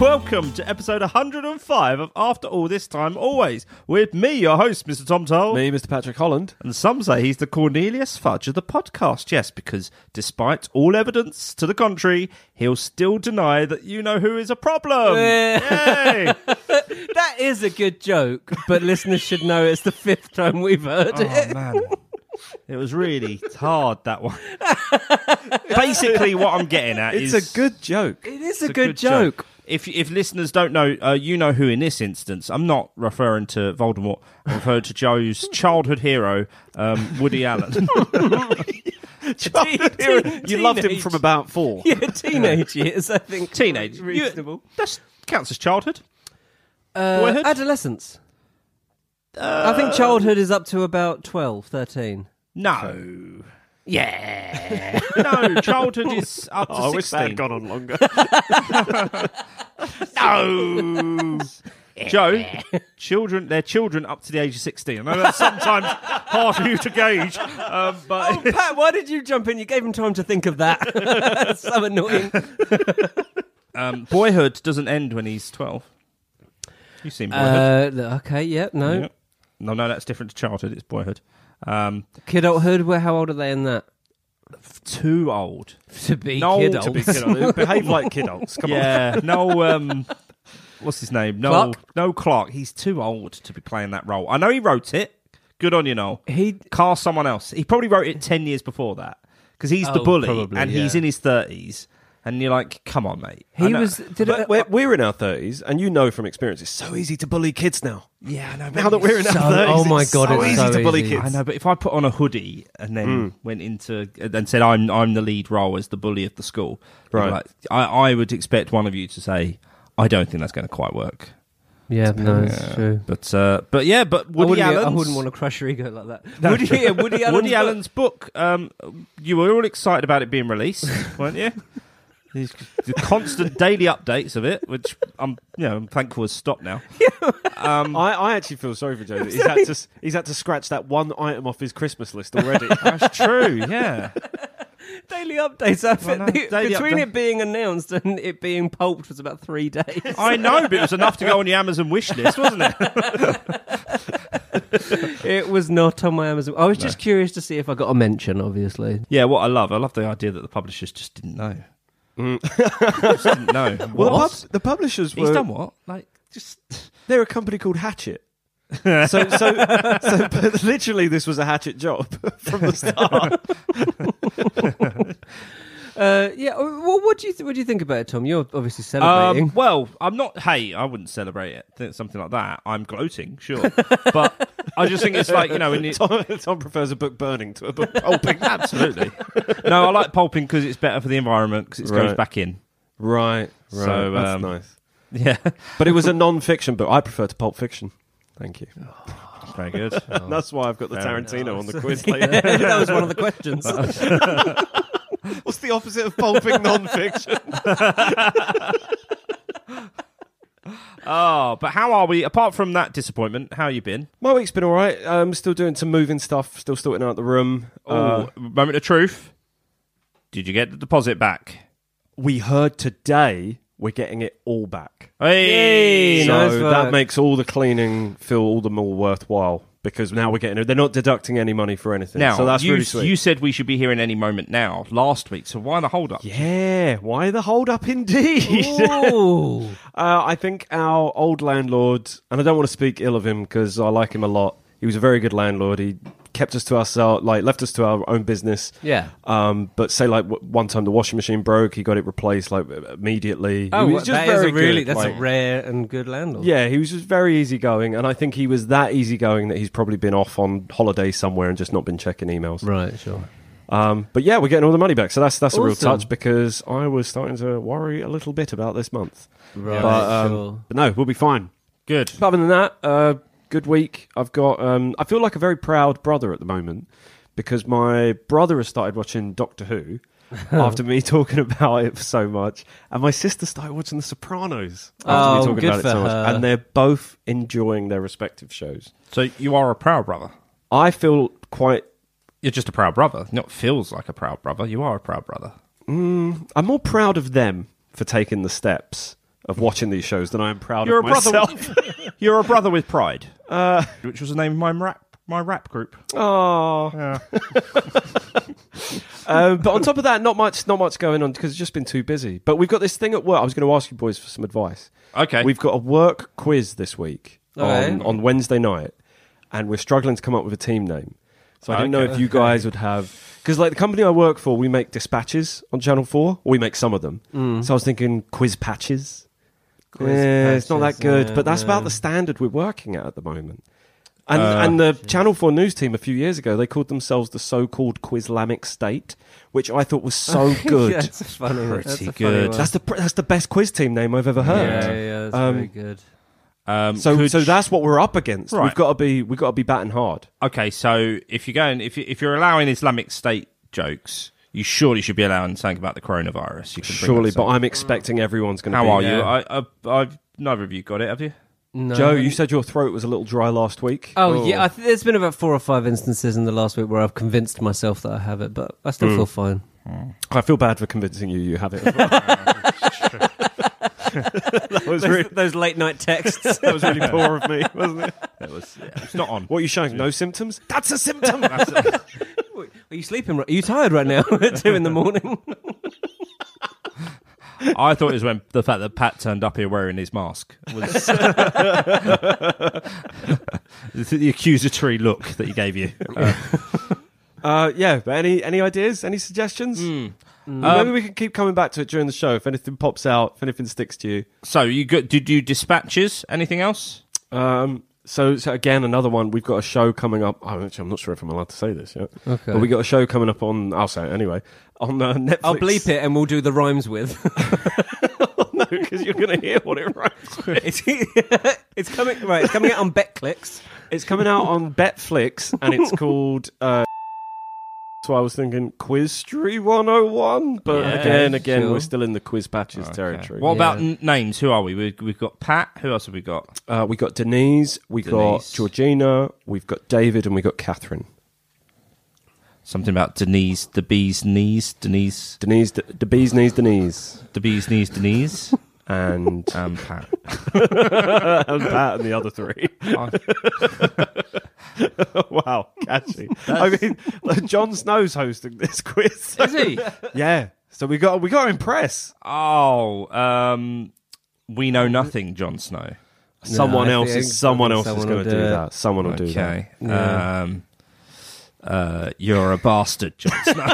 welcome to episode 105 of After All This Time Always, with me, your host, Mr. Tom Oh. Toll. Me, Mr. Patrick Holland. And some say he's the Cornelius Fudge of the podcast, yes, because despite all evidence to the contrary, he'll still deny that you know who is a problem. Yay! That is a good joke, but listeners should know it's the fifth time we've heard it. Oh, man. It was really hard that one. Basically, what I'm getting at It's is a good joke. It is a good joke. If if listeners don't know, uh, you know who in this instance. I'm not referring to Voldemort. I'm referring to Joe's childhood hero, um, Woody Allen. Teenage- You loved him from about four. yeah, teenage years, I think. Teenage, reasonable. You- That counts as childhood. Uh, Boyhood? adolescence. I think childhood is up to about 12, 13. No, Yeah. no, childhood is up to Oh, I wish sixteen. that had gone on longer. No. Joe, children, they're children up to the age of 16. I know that's sometimes hard for you to gauge, um, Oh, but Oh, Pat, why did you jump in? You gave him time to think of that. That's so annoying. um, boyhood doesn't end when he's 12. You've seen boyhood. Uh, okay, yeah, no. Yep. No, no, that's different to childhood. It's boyhood. Um, Kidulthood, where, how old are they in that? too old. To be No, kidults. to be Kidult. Behave like kidults. Come on. yeah, no. Um, what's his name? No, Clark? no Clark. He's too old to be playing that role. I know he wrote it. Good on you, Noel. He- cast someone else. He probably wrote it ten years before that because he's the Oh, bully probably, and he's yeah. in his thirties. And you're like, come on, mate. I He know- was. Did But it- we're, we're in our 30s, and you know from experience, it's so easy to bully kids now. yeah. I know, Now that mate. we're in So- our 30s, oh my God, so it's easy so to bully easy. kids. Mm. I know, but if I put on a hoodie and then went into and said I'm I'm the lead role as the bully of the school, you'd be Right. Like, I I would expect one of you to say, I don't think that's going to quite work. yeah, no, it's true. But uh, but yeah, but I Woody wouldn't- Allen. I wouldn't want to crush your ego like that. Woody, yeah, Woody Allen's, Woody Allen's book. Um, you were all excited about it being released, weren't you? These the constant daily updates of it, which I'm, you know, I'm thankful has stopped now. I, I actually feel sorry for Joe. that He's had, to, s- he's had to scratch that one item off his Christmas list already. That's true. Yeah, daily updates. I think no, the- daily between update. it being announced and it being pulped was about three days. I know, but it was enough to go on your Amazon wish list, wasn't it? it was not on my Amazon. I was just curious to see if I got a mention. Obviously, Yeah, what I love, I love the idea that the publishers just didn't know. just didn't know. Well, the, Mm. What? pub- the publishers were. He's done what? Like, just They're a company called Hatchet. so, so, so but literally, this was a hatchet job from the start. uh, yeah. Well, what do you th- what do you think about it, Tom? You're obviously celebrating. Um, well, I'm not. Hey, I wouldn't celebrate it. Th- Something like that. I'm gloating, sure, but I just think it's like you know. When it, Tom, Tom prefers a book burning to a book pulping. absolutely. No, I like pulping because it's better for the environment because it goes Right. back in. Right, right. So, that's um, nice. Yeah, But it was a non-fiction book. I prefer to pulp fiction. Thank you. very good. Oh, That's why I've got the Fair Tarantino on the quiz Yeah, later. that was one of the questions. Oh, What's the opposite of pulping non-fiction? Oh, but how are we? Apart from that disappointment, how you been? My week's been all right. I'm still doing some moving stuff. Still sorting out the room. Uh, Oh, moment of truth. Did you get the deposit back? we heard today we're getting it all back. Hey, Yay, so nice work. that makes all the cleaning feel all the more worthwhile because now we're getting it. They're not deducting any money for anything. Now, so that's you, really sweet. you said we should be here in any moment now, last week, so why the hold up? yeah. Why the hold up, indeed? Ooh. Uh, I think our old landlord, and I don't want to speak ill of him because I like him a lot. He was a very good landlord. He kept us to ourselves, like left us to our own business. Yeah. Um, but say like w- one time the washing machine broke, he got it replaced like immediately. Oh, he well, was just that is very a really good, that's like- a rare and good landlord. yeah, he was just very easygoing, and I think he was that easygoing that he's probably been off on holiday somewhere and just not been checking emails. Right. Sure. Um, but yeah, we're getting all the money back, so that's that's a real Awesome. touch because I was starting to worry a little bit about this month. Right. But, um, sure. but no, we'll be fine. Good. Other than that, uh, good week. I've got. Um, I feel like a very proud brother at the moment because my brother has started watching Doctor Who after me talking about it so much, and my sister started watching The Sopranos after Oh, me talking good about it for so her. much, and they're both enjoying their respective shows. So you are a proud brother. I feel quite. You're just a proud brother. Not feels like a proud brother. You are a proud brother. I'm more proud of them for taking the steps of watching these shows than I am proud You're a of brother. myself. With, you're a brother with pride, uh, which was the name of my rap my rap group. Aw. um, but on top of that, not much, not much going on because it's just been too busy. But we've got this thing at work. I was going to ask you boys for some advice. Okay. We've got a work quiz this week All on, right. on Wednesday night, and we're struggling to come up with a team name. So I didn't Okay. know if you guys would have because like the company I work for, we make dispatches on Channel Four. Or we make some of them. Mm. So I was thinking quiz patches. yeah, it's not that patches, good, yeah, but that's about no. the standard we're working at at the moment. And, Uh, and the Channel 4 news team a few years ago, they called themselves the so called Quizlamic State, which I thought was so good. yeah, it's a funny. one. Pretty That's a funny good. one. That's the pr- that's the best quiz team name I've ever heard. yeah, yeah, that's Um, very good. Um, So could so that's what we're up against. We've Right. got to be we've got to be batting hard. Okay, so if you're going, if you, if you're allowing Islamic State jokes, you surely should be allowing something about the coronavirus. You can bring Surely, that but up. I'm expecting everyone's going to how be are you? there. I, uh, I, I've neither of you got it, have you? No. Joe, you said your throat was a little dry last week. Oh, yeah, I th- there's been about four or five instances in the last week where I've convinced myself that I have it, but I Hmm. still feel fine. I feel bad for convincing you you have it. as well. that was really, Those late night texts. that was really poor of me, wasn't it? That was yeah, it's not on. What are you showing? No symptoms? That's a symptom. Are you sleeping? ri- Are you tired right now at two in the morning? I thought it was when the fact that Pat turned up here wearing his mask was the accusatory look that he gave you. Uh, yeah, but any any ideas? Any suggestions? Mm. Mm. Um, Well, Um, Maybe we can keep coming back to it during the show if anything pops out, if anything sticks to you. so you got? Did you dispatches? Anything else? Um, so, so again, another one. We've got a show coming up. Oh, actually, I'm not sure if I'm allowed to say this yet. Okay. But we got a show coming up on. I'll say it anyway. On uh, Netflix. I'll bleep it and we'll do the rhymes with. no, because you're going to hear what it rhymes. with. it's, it's coming right. It's coming out on BetClicks. It's coming out on Betflix, and it's called. Uh, so I was thinking Quizstry 101, but Yeah, again, again, sure. we're still in the quiz patches territory. What about Yeah. n- names? Who are we? we? We've got Pat. Who else have we got? Uh, we got Denise, we got Denise. Georgina, we've got David, and we got Catherine. Something about Denise, the bee's knees, Denise, Denise, the, the bees knees Denise, the bee's knees, Denise, and and Pat. and Pat and the other three. wow, catchy! I mean, like, Jon Snow's hosting this quiz. Is he? yeah, so we got we got to impress Oh, um, we know nothing, Jon Snow. someone I else. think- Is, someone I else think is going someone to will do do it. that. Someone will do that. Okay. Um, uh, you're a bastard, Jon Snow.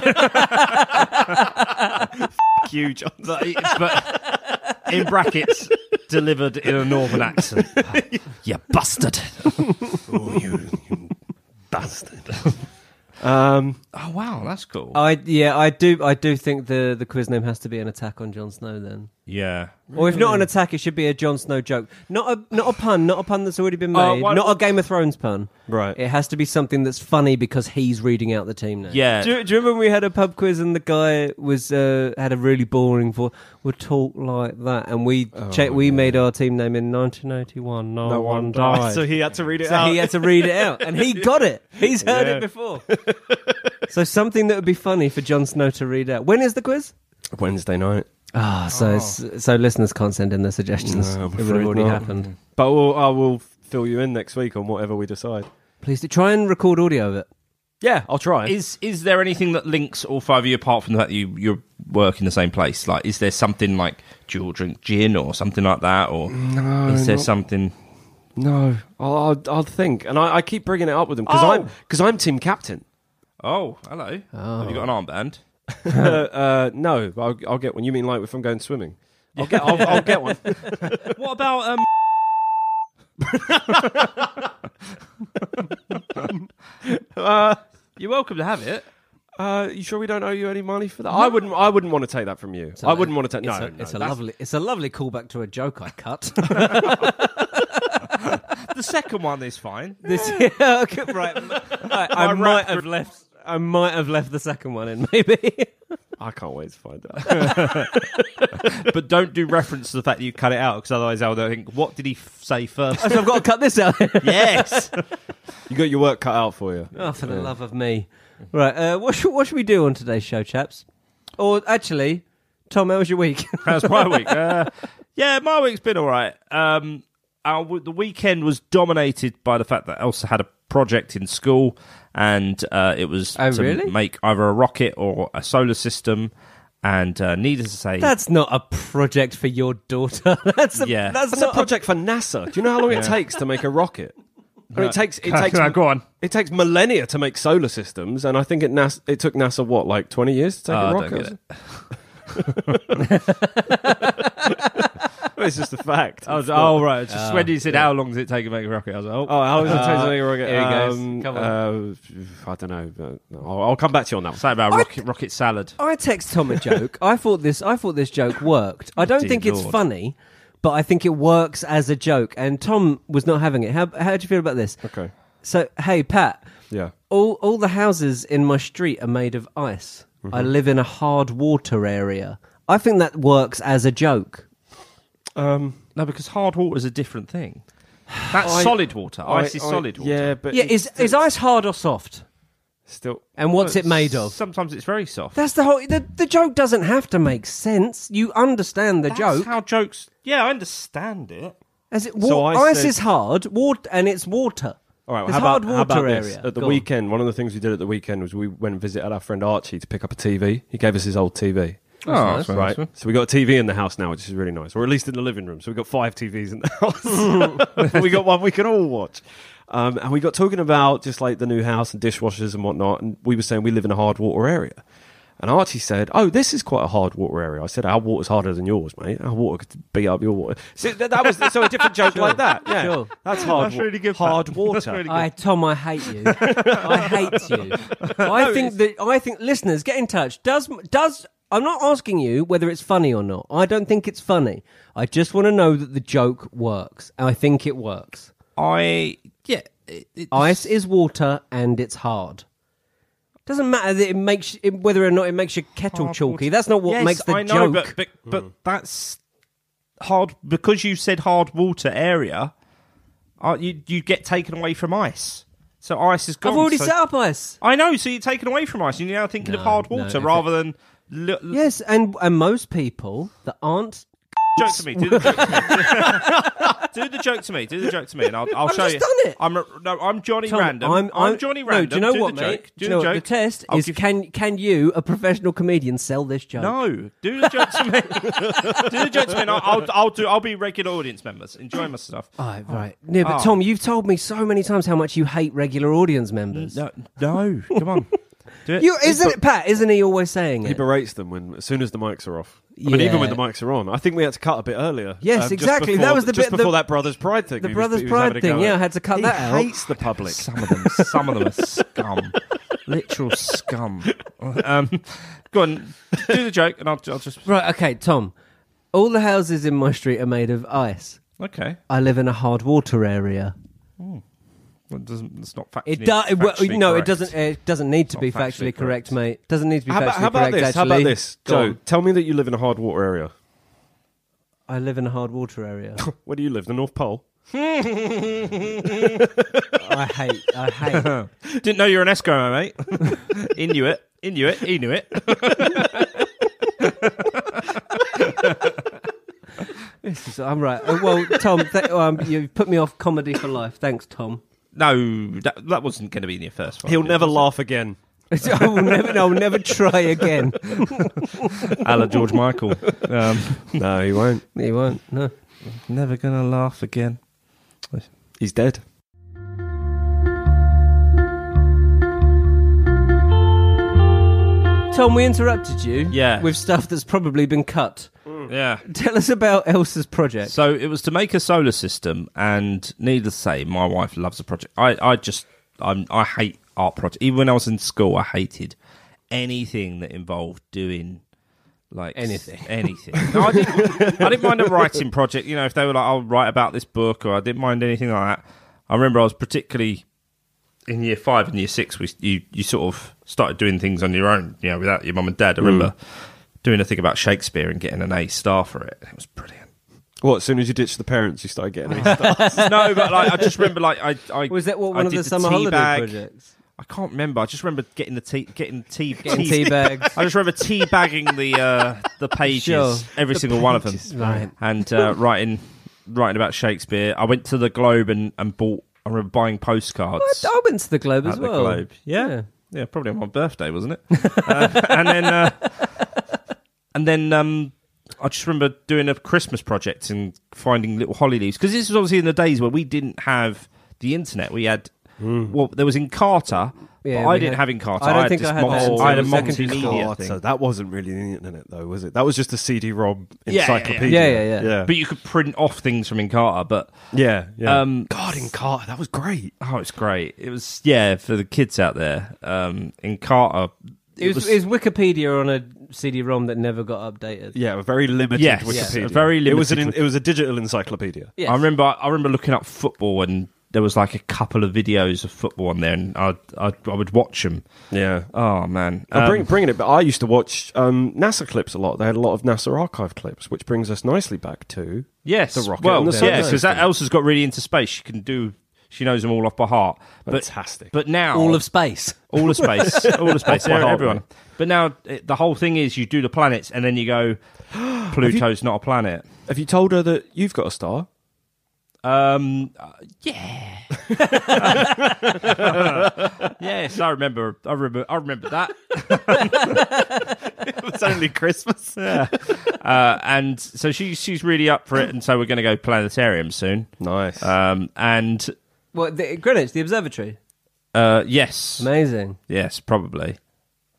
Fuck you, Jon. but, but in brackets, delivered in a northern accent. you bastard. Bastard. um, Oh, wow, that's cool. I yeah, I do. I do think the the quiz name has to be an attack on Jon Snow then. yeah. Or if not an attack, it should be a Jon Snow joke. Not a not a pun. Not a pun that's already been Uh, made. why- not a Game of Thrones pun. Right. It has to be something that's funny because he's reading out the team name. Yeah. Do you, do you remember when we had a pub quiz and the guy was uh, had a really boring voice? Would talk like that, and we checked. We made our team name in 1981. No, no one, died. So he had to read it So out. he had to read it out, and he got it. He's heard it before. so something that would be funny for Jon Snow to read out. When is the quiz? Wednesday night. Ah, so it's, so listeners can't send in their suggestions. Oh. No, I'm it would afraid have already not. happened. But we'll, I will fill you in next week on whatever we decide. Please do try and record audio of it. Yeah, I'll try. Is is there anything that links all five of you apart from the fact that you, you work in the same place? Like, is there something like, do you all drink gin or something like that? Or is there something. no, I'll, I'll, I'll think, and I, I keep bringing it up with him because Oh! I'm because I'm team captain. Oh, hello. Have you got an armband? uh, uh, no, I'll, I'll get one. You mean like if I'm going swimming? I'll get, I'll, I'll get one. What about um? um, Uh, You're welcome to have it. Uh, you sure we don't owe you any money for that? I wouldn't. I wouldn't want to take that from you. I wouldn't want to take. No, it's a, no, it's a that's- lovely, it's a lovely callback to a joke I cut. The second one is fine. this, yeah, okay, right, I, I My might rap- have left. I might have left the second one in, maybe. I can't wait to find out. but don't do reference to the fact that you cut it out because otherwise I'll think, what did he f- say first? so I've got to cut this out. yes. you got your work cut out for you. Oh, for the love of me! Right, uh, what should what should we do on today's show, chaps? Or actually, Tom, how was your week? How's my week? Uh, Yeah, my week's been all right. Um, our, w- the weekend was dominated by the fact that Elsa had a project in school, and uh, it was Oh, to really? make either a rocket or a solar system. And uh, needless to say, That's not a project for your daughter. That's a, Yeah. that's, That's a not a project for NASA. Do you know how long it takes to make a rocket? I mean, it takes it takes go on. it takes millennia to make solar systems, and I think it nas- it took NASA what like twenty years to take Oh, I a don't rocket. get it. it's just a fact. I was, oh right, it's just when you said how long does it take to make a rocket, I was like, oh, Oh, how long does it take to make a rocket? here he goes. Um, Come uh, I don't know. But no, I'll, I'll come back to you on that. one. something about rocket rocket salad. I text Tom a joke. I thought this. I thought this joke worked. I don't Dear think it's Lord. funny, but I think it works as a joke. And Tom was not having it. How how do you feel about this? Okay. So hey Pat, Yeah. all all the houses in my street are made of ice. I live in a hard water area. I think that works as a joke. Um, No, because hard water is a different thing. That's I- solid water. Ice is I- I- solid water. Yeah, but Yeah, it's is still, is ice hard or soft? still And what's it made of? Sometimes it's very soft. That's the whole. The, the joke doesn't have to make sense. You understand the That's joke. how jokes. Yeah, I understand it. As it, So wa- I ice said- is hard, water, and it's water. All right, well, it's how hard about, water how about area. this? At the Go on. weekend, one of the things we did at the weekend was we went and visited our friend Archie to pick up a TV. He gave us his old TV. Oh, that's nice. right. So we got a TV in the house now, which is really nice, or at least in the living room. So we got five TVs in the house. we got one we can all watch. Um, and we got talking about just like the new house and dishwashers and whatnot. And we were saying we live in a hard water area. And Archie said, "Oh, this is quite a hard water area." I said, "Our water's harder than yours, mate. Our water could beat up your water." So that, that was so a different joke like that. Yeah, sure. that's hard. That's wa- really good, Pat. Hard That's water. really good. I, Tom, I hate you. I hate you. I think that I think listeners get in touch. Does does I'm not asking you whether it's funny or not. I don't think it's funny. I just want to know that the joke works. And I think it works. I yeah. It, it, Ice is water and it's hard. Doesn't matter that it makes it, whether or not it makes your kettle chalky. That's not what yes, makes the I know, joke. but but, but that's hard because you said hard water area. Uh, you you get taken away from ice, so ice is gone. I've already so- set up ice. I know, so you're taken away from ice, and you're now thinking of No, hard no, water if rather than. Li- li- Yes, and and most people that aren't Joke to me. Do the joke to me. do the joke to me. Do the joke to me, and I'll, I'll I've show just you. done it. I'm a, no, I'm Johnny Tom, Random. I'm, Johnny Random. No, do you know the what, mate? joke. Do Do, you know the what? joke. The test I'll is give- can can you, a professional comedian, sell this joke? No, do the joke to me. do the joke to me. And I'll, I'll, I'll do. I'll be regular audience members. Enjoy my stuff. All right, right. No, but Oh. Tom, you've told me so many times how much you hate regular audience members. No, no. Come on. Do it. You isn't it Pat? Isn't he always saying He it? berates them when as soon as the mics are off. I mean, Yeah. even when the mics are on, I think we had to cut a bit earlier. um, Yes, just exactly. before- That was the just bit- before the- that brothers' pride thing. the he was- Brothers he was Pride having a thing. go Yeah, at. I had to cut He that out. Hates the public. Some of them. Some of them are scum. Literal scum. Um, go on. Do the joke, and I'll, I'll just. Right. Okay, Tom. All the houses in my street are made of ice. Okay. I live in a hard water area. That doesn't. It's not fact. It does. Well, factually no, correct. it doesn't. It doesn't need to Not be factually factually, correct, correct. mate. Doesn't need to be How factually about, how about correct. this? Actually, How about this, Go Joe? on. Tell me that you live in a hard water area. I live in a hard water area. Where do you live? The North Pole. I hate. I hate. Didn't know you were an Eskimo, mate. Inuit. Inuit. Inuit. So I'm right. Uh, Well, Tom, th- um, you've put me off comedy for life. Thanks, Tom. No, that, that wasn't going to be in your first one. He'll never laugh again. I will never, I will never try again. Alla George Michael. Um, no, he won't. He won't. No. never gonna laugh again. He's dead. Tom, we interrupted you. Yeah. With stuff that's probably been cut. Yeah. Tell us about Elsa's project. So it was to make a solar system, and needless to say, my wife loves the project. I, I just, I'm, I hate art projects. Even when I was in school, I hated anything that involved doing like s- Anything. Anything. No, I, didn't, I didn't mind a writing project. You know, if they were like, I'll write about this book, or I didn't mind anything like that. I remember I was particularly in year five and year six, we you you sort of started doing things on your own, you know, without your mum and Hmm. dad. I remember doing a thing about Shakespeare and getting an A star for it. It was brilliant. What? As soon as you ditched the parents, you started getting. these- no, but like I just remember like I, I was that I what one of did the summer tea holiday bag. projects? I can't remember. I just remember getting the tea, getting tea, Getting tea- teabagged. I just remember teabagging the uh, the pages, Sure. every single one of them, Right. and uh, writing writing about Shakespeare. I went to the Globe and, and bought. I remember buying postcards I, I went to the Globe at as the well. Globe. Yeah. yeah, probably on my birthday, wasn't it? uh, and then uh, and then um, I just remember doing a Christmas project and finding little holly leaves because this was obviously in the days where we didn't have the internet. We had well, there was Encarta. Mm. Yeah, but I we didn't had- have Encarta. I don't think this I had that multi- until I had a secondary multimedia thing. So that wasn't really the internet, though, was it? That was just a CD-ROM Yeah, yeah, yeah. encyclopedia. Yeah, yeah, yeah. yeah. But you could print off things from Encarta, but yeah, yeah. Um, God, in Carter, that was great. oh, it's great. It was yeah for the kids out there. Um, Encarta, It was, it was Wikipedia on a CD-ROM that never got updated. Yeah, a very limited Yes, Wikipedia. yeah, a very It was an limited it was a digital encyclopedia. Yes. I remember I remember looking up football and there was like a couple of videos of football on there and I I, I would watch them. Yeah. Oh man, I'm Um, bring, bringing it, but I used to watch um, NASA clips a lot. They had a lot of NASA archive clips, which brings us nicely back to yes, the rocket Well, and the yeah, submarine. because that Elsa's got really into space. She can do. She knows them all off by heart. But Fantastic. but now All of space. all of space, all of space, by heart, everyone. mate. But now it, the whole thing is you do the planets and then you go, Pluto's not a planet. Have you told her that you've got a star? Um, uh, yeah. yes, I remember. I remember. I remember that. it was only Christmas. Yeah. Uh, and so she she's really up for it, and so we're going to go planetarium soon. Nice. Um, and Well, the, Greenwich, the observatory. uh, yes, Amazing. yes, probably.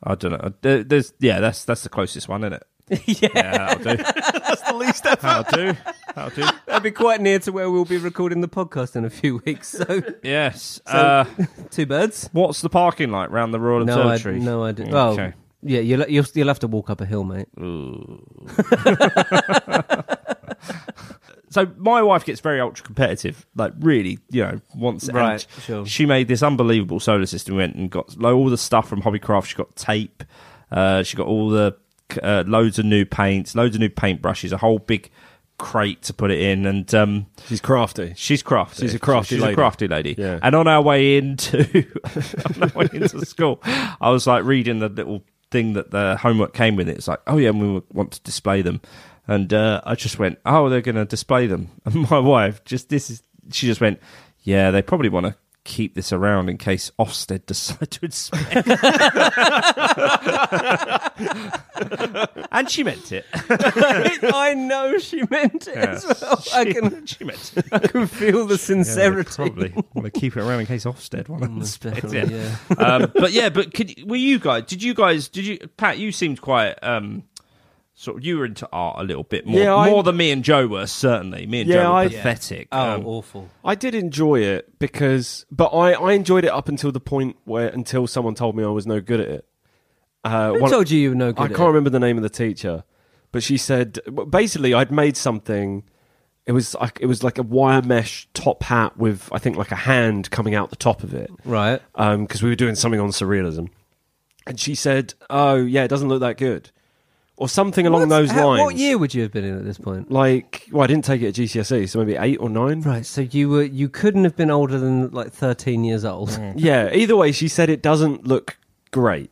I don't know. Uh, There- There's yeah, that's that's the closest one, isn't it? yeah. Yeah, that'll do. That's the least effort. That'll do. That'll do. That'd be quite near to where we'll be recording the podcast in a few weeks. So, Yes. uh, two birds. what's the parking like round the Royal No, I, Observatory? no idea. Okay. Well, yeah, you'll, you'll you'll have to walk up a hill, mate. so my wife gets very ultra competitive, like really, you know, once Right, and sure. She made this unbelievable solar system. Went and got like, all the stuff from Hobbycraft. She got tape. Uh, she got all the uh, loads of new paints, loads of new paintbrushes, a whole big crate to put it in, and um, She's crafty. She's crafty. She's a crafty She's lady. a crafty lady. Yeah. And on our way into on our way into school, I was like reading the little thing that the homework came with. It's like, oh yeah, and we want to display them, and uh, I just went, oh, they're going to display them. And my wife just this is she just went, yeah, they probably want to keep this around in case Ofsted decide to inspect. and she meant it. I know she meant it as well. I can She meant it. I can feel the Yeah, they sincerity. probably want to keep it around in case Ofsted want to Most inspect it. definitely, um, but yeah, but could, were you guys? Did you guys? Did you? Pat, you seemed quite um, sort of. You were into art a little bit more, Yeah, I- more than me and Joe were certainly. Me and Yeah, Joe were I- pathetic. Oh, Um, awful! I did enjoy it because, but I, I enjoyed it up until the point where until someone told me I was no good at it. Uh, Who one- told you you were no good? I at can't it? remember the name of the teacher, but she said well, basically I'd made something. It was like it was like a wire mesh top hat with I think like a hand coming out the top of it. Right. because we were doing something on surrealism, and she said, "Oh yeah, it doesn't look that good," or something along What? those How- lines. What year would you have been in at this point? Like, well, I didn't take it at GCSE, E, so maybe eight or nine. Right. So you were you couldn't have been older than like thirteen years old. Yeah. Either way, she said it doesn't look great,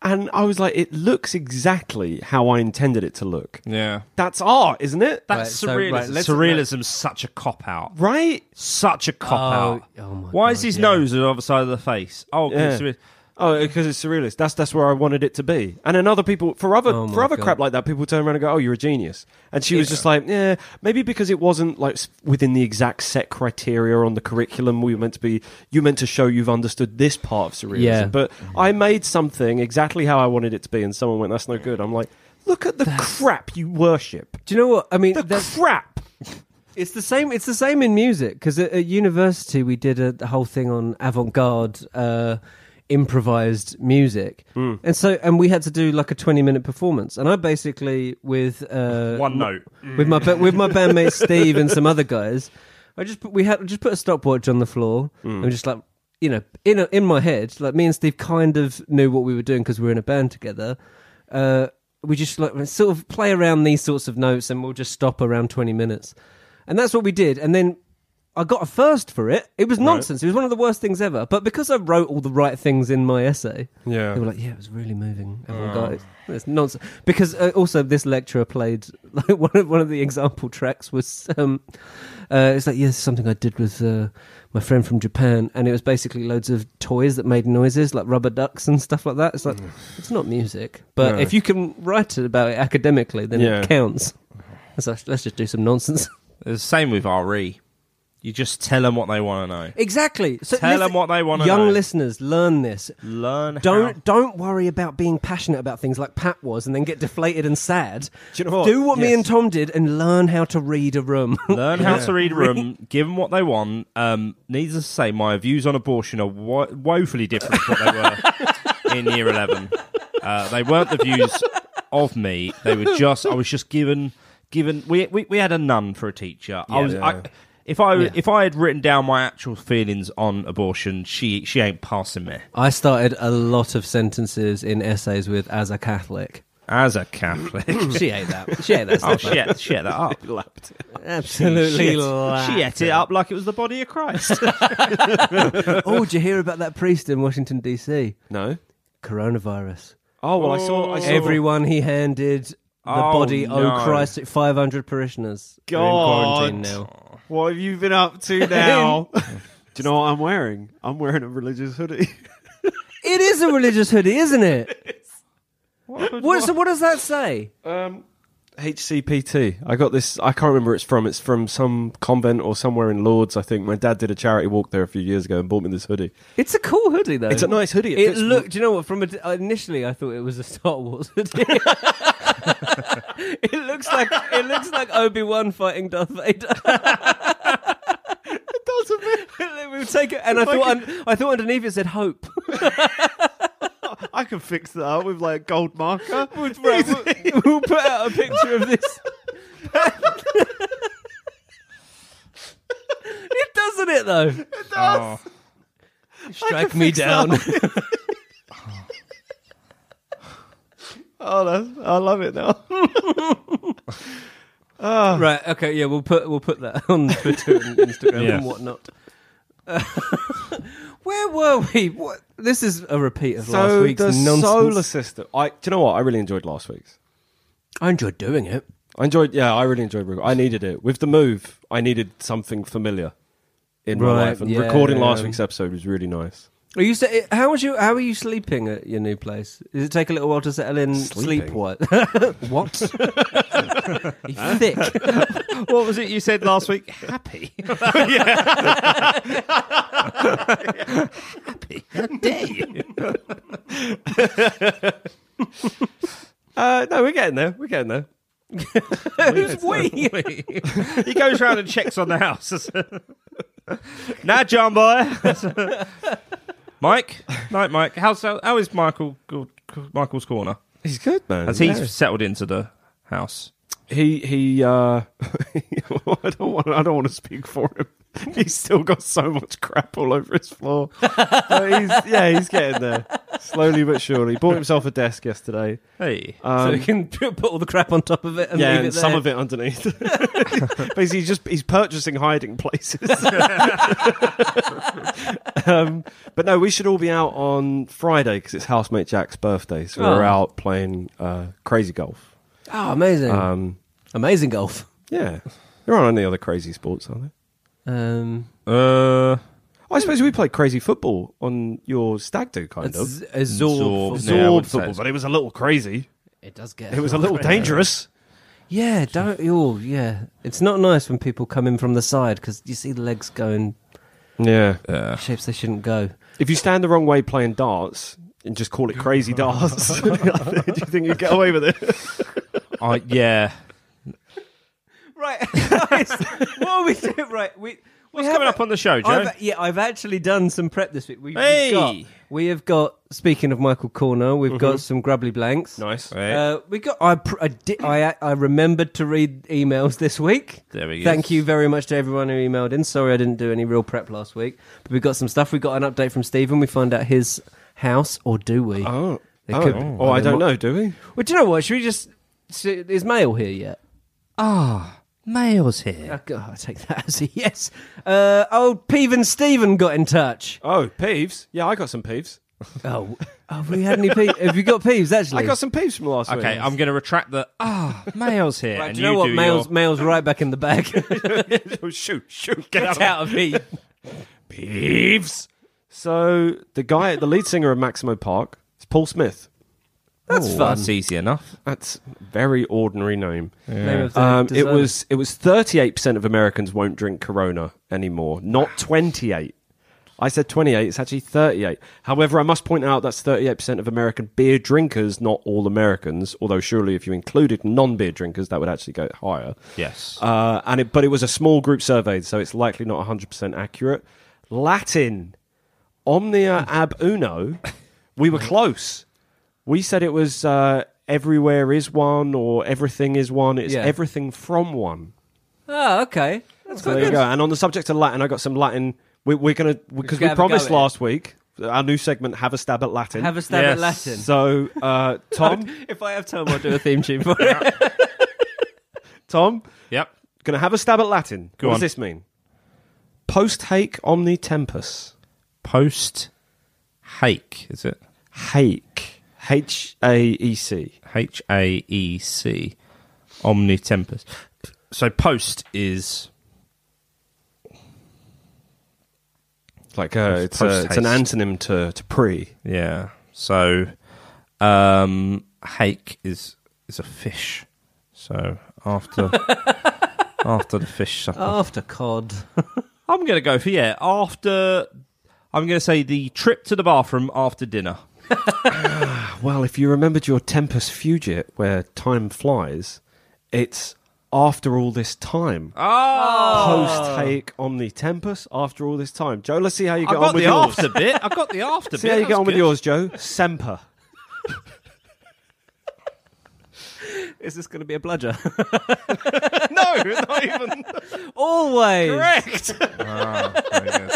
and I was like, "It looks exactly how I intended it to look." yeah. That's art, isn't it? That's Right, so, surrealism. right, let's- Surrealism's such a cop out. right. Such a cop out. Oh, oh my Why is God, his yeah. nose on the other side of the face? Oh, Yeah. it's surreal- Oh, because it's surrealist. That's that's where I wanted it to be. And then other people for other Oh my for other God. crap like that, people turn around and go, "Oh, you're a genius." And she was just like, "Yeah, maybe because it wasn't like s- within the exact set criteria on the curriculum. We were meant to be. You meant to show you've understood this part of surrealism. Yeah. But I made something exactly how I wanted it to be, and someone went, "That's no good." I'm like, "Look at the crap you worship. Do you know what I mean? The that's- crap." It's the same. It's the same in music because at, at university we did a the whole thing on avant-garde uh, improvised music, and so and we had to do like a twenty-minute performance. And I basically with uh, One note. with my ba- with my bandmate Steve and some other guys, I just put, we had just put a stopwatch on the floor and we're just like you know in a, in my head like me and Steve kind of knew what we were doing because we were in a band together. Uh, we just like sort of play around these sorts of notes and we'll just stop around twenty minutes, and that's what we did. And then I got a first for it. It was nonsense. It was one of the worst things ever. But because I wrote all the right things in my essay, Yeah. they were like, "Yeah, it was really moving." Everyone got it. It's nonsense. Because uh, also this lecturer played like one of one of the example tracks was um, uh, it's like yeah, this is something I did with uh, my friend from Japan, and it was basically loads of toys that made noises like rubber ducks and stuff like that. It's Mm. like it's not music, but No. if you can write it about it academically, then Yeah. it counts. So let's just do some nonsense. It's the same with RE. You just tell them what they want to know. Exactly. So Tell 'em what they wanna Young know. listeners, learn this. Learn Don't how- don't worry about being passionate about things like Pat was, and then get deflated and sad. Do you know what? Do what me Yes. and Tom did, and learn how to read a room. learn how to read a room. Give them what they want. Um, needless to say, my views on abortion are wo- woefully different to what they were in year eleven. Uh, they weren't the views of me. They were just. I was just given. Given we we, we had a nun for a teacher. I was. I, if I if I had written down my actual feelings on abortion, she she ain't passing me I started a lot of sentences in essays with "as a Catholic." as a Catholic. She ate that. She ate that. oh, stuff she ate, she ate that up. Absolutely. She ate- laughed. she ate it up like it was the body of Christ. Oh, did you hear about that priest in Washington D.C.? No. Coronavirus. Oh well, I saw. I saw. Everyone he handed the Oh, body. no. Oh Christ! Five hundred parishioners. are God. in quarantine now. What have you been up to now? Do you know what I'm wearing? I'm wearing a religious hoodie. It is a religious hoodie, isn't it? What- What, so what does that say? Um, HCPT. I got this. I can't remember where it's from. It's from some convent or somewhere in Lords. I think my dad did a charity walk there a few years ago and bought me this hoodie. It's a cool hoodie, though. It's a nice hoodie. It fits- looked. Do you know what? From a, initially, I thought it was a Star Wars hoodie. it looks like it looks like Obi Wan fighting Darth Vader. does a bit. we would take it, and I thought un, I thought underneath it said hope. I can fix that up with like gold marker. Right, we'll, we'll put out a picture of this. it doesn't it though. Oh. Strike me down. Oh, that's, I love it now. right. Okay. Yeah. We'll put we'll put that on Twitter and Instagram Yeah. and whatnot. Uh, where were we? What? This is a repeat of last So week's the nonsense. solar system. I. Do you know what? I really enjoyed last week's. I enjoyed doing it. I enjoyed. Yeah, I really enjoyed. Reg- I needed it with the move. I needed something familiar in my Right, life, and yeah, recording last yeah. week's episode was really nice. Are you say, how was you? How are you sleeping at your new place? Does it take a little while to settle in? Sleeping? Sleep what? what? you thick. What was it you said last week? Happy. Happy. How dare you? Uh, no, we're getting there. We're getting there. Who's we? he goes round and checks on the house. now, John boy. Mike, night, Mike. How's how, how is Michael? Michael's corner. He's good, man. Has he settled into the house? He he. Uh, I don't want. I don't want to speak for him. He's still got so much crap all over his floor. But he's, yeah, he's getting there slowly but surely. Bought himself a desk yesterday. Hey, so Um, we can put all the crap on top of it and yeah, leave and it there. some of it underneath. Basically, he's just he's purchasing hiding places. um, but no, we should all be out on Friday because it's housemate Jack's birthday, so we're Oh. out playing uh, crazy golf. Oh, amazing! Um, amazing golf. yeah, there aren't any other crazy sports, are there? Um, uh, I suppose we played crazy football on your stag do, kind of. z- a Zorb. Yeah, I Absorb Zorb. Zorb. would say football, so. but it was a little crazy. It does get. It was a little dangerous. Yeah, don't you? Yeah, it's not nice when people come in from the side because you see the legs going Yeah. shapes they shouldn't go. If you stand the wrong way playing darts and just call it crazy darts, do you think you'd get away with it? I yeah. Right, guys, what are we doing? Right, we. What's coming up on the show, Joe? I've, yeah, I've actually done some prep this week. We, Hey! have got, we have got. Speaking of Michael Corner, we've got some grubbly blanks. Nice. Right. Uh, we got. I, pr- I, di- I I remembered to read emails this week. There we go. Thank you very much to everyone who emailed in. Sorry, I didn't do any real prep last week, but we got some stuff. We got an update from Stephen. We find out his house, or do we? Oh. They oh. could- oh, I don't know, do we? Well, do you know what? Should we just? so- Is mail here yet? Ah, Mail's here. Oh, God, I take that as a yes. Uh, old Peven Stephen got in touch. Oh, Peeves. Yeah, I got some Peeves. Oh, have we had any Peeves? Have you got Peeves, actually? I got some Peeves from last week. Okay, I'm going to retract the ah mail's here. Right, and do you know what? do mail's, your- mail's right back in the bag. Oh, shoot, shoot, Get out of here. Peeves. So the guy, the lead singer of Maximo Park, is Paul Smith. That's Oh, fun. That's easy enough. That's a very ordinary name. Name of the Um, it designer. was it was thirty eight percent of Americans won't drink Corona anymore. Not twenty eight. I said twenty eight. It's actually thirty eight. However, I must point out that's thirty eight percent of American beer drinkers, not all Americans. Although surely, if you included non beer drinkers, that would actually go higher. Yes. Uh, and it, but it was a small group surveyed, so it's likely not 100% accurate. Latin, Hmm. omnia ab uno. We were close. We said it was uh, everywhere is one or everything is one. It's Yeah. everything from one. Oh, okay. That's So quite there you good. go. And on the subject of Latin, I got some Latin. We, we're going to, because Just we have a go promised at it. last week, our new segment, Have a Stab at Latin. Have a stab Yes. at Latin. So, uh, Tom, if I have time, I'll do a theme tune for it. Tom, yep. going to have a stab at Latin. Go what on. does this mean? Post haec omni tempus. Post hake is it? Haec. H A E C. H A E C. Omni tempus. So post is Like uh, It's it's, a, it's an post-haste. antonym to, to pre. yeah. So um hake is is a fish. So after after the fish supper. After COD. Oh. I'm gonna go for yeah, after I'm gonna say the trip to the bathroom after dinner. Well, if you remembered your tempus fugit, where time flies, it's after all this time. Oh! Post haec omni tempus. After all this time, Joe. Let's see how you I get got on with the yours. after bit. I got the after bit. See how you That get was on with good. yours, Joe. Semper. Is this going to be a bludger? No, not even Always. correct.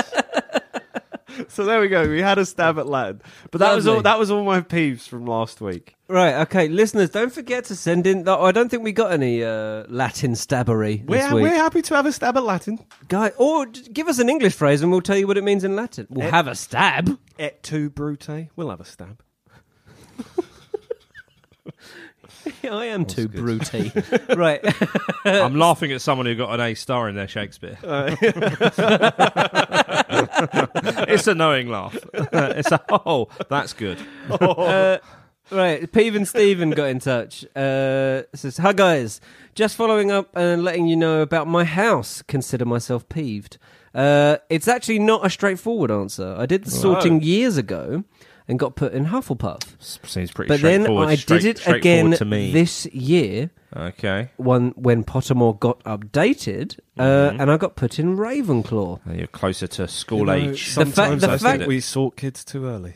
So there we go. We had a stab at Latin, but that was Lovely. all. That was all my peeves from last week. Right, okay. Listeners, don't forget to send in. oh, I don't think we got any uh, Latin stabbery We're, this week. we're happy to have a stab at Latin. Guy, or j- give us an English phrase and we'll tell you what it means in Latin. We'll have a stab. Et tu, Brute? We'll have a stab. I am too brutey. right. I'm laughing at someone who got an A star in their Shakespeare. Uh, it's a knowing laugh. It's a oh, that's good. Uh, right, Peven Steven got in touch. Uh, says, "Hi guys, just following up and letting you know about my house. Consider myself peeved. Uh, it's actually not a straightforward answer. I did the sorting oh. years ago and got put in Hufflepuff, Seems pretty. but then straightforward, I straight- did it straightforward again to me. this year." okay, One when Pottermore got updated, uh, Mm-hmm. and I got put in Ravenclaw. Now Uh, you're closer to school age. The fa- Sometimes the I fact- think we sort kids too early.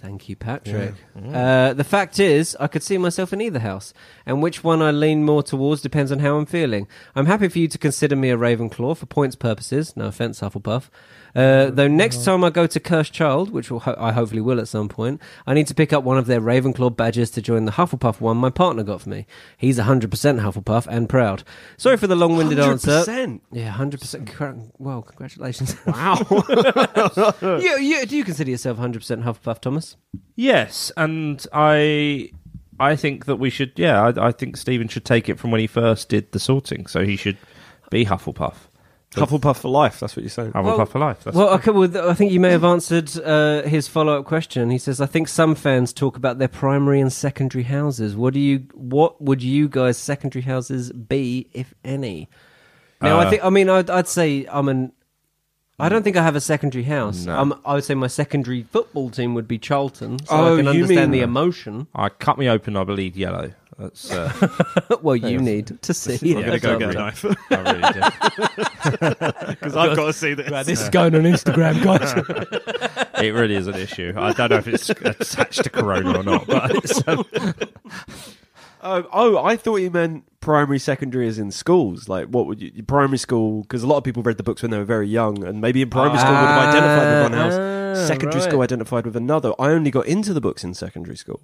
Thank you, Patrick. Uh, the fact is, I could see myself in either house, and which one I lean more towards depends on how I'm feeling. I'm happy for you to consider me a Ravenclaw for points purposes. No offense, Hufflepuff. Uh, though next time I go to Cursed Child, which will ho- I hopefully will at some point, I need to pick up one of their Ravenclaw badges to join the Hufflepuff one my partner got for me. He's 100% Hufflepuff and proud. Sorry for the long-winded answer. 100%? Yeah, 100%. cor- Well, congratulations. Wow. you, you, do you consider yourself 100% Hufflepuff, Thomas? Yes, and I, I think that we should. Yeah, I, I think Stephen should take it from when he first did the sorting. So he should be Hufflepuff. Hufflepuff for life. That's what you're saying. Hufflepuff for life. That's well, okay, well, th- I think you may have answered uh, his follow-up question. He says, "I think some fans talk about their primary and secondary houses. What do you? What would you guys' secondary houses be, if any?" Now, I Uh, Mm. think. I mean, I'd, I'd say I'm an. I don't think I have a secondary house. No. Um, I would say my secondary football team would be Charlton, so Oh, I can you understand mean- the emotion. I cut me open. I believe yellow. That's. Uh, well, you need to see. I'm it. gonna go get a knife I really do. because I've got to see this. This is going on Instagram, guys. It really is an issue. I don't know if it's attached to Corona or not, but it's, um, Oh, oh, I thought you meant primary, secondary, as in schools. Like, what would you your primary school? Because a lot of people read the books when they were very young, and maybe in primary school would have identified with one house. Ah, Secondary right. school identified with another. I only got into the books in secondary school.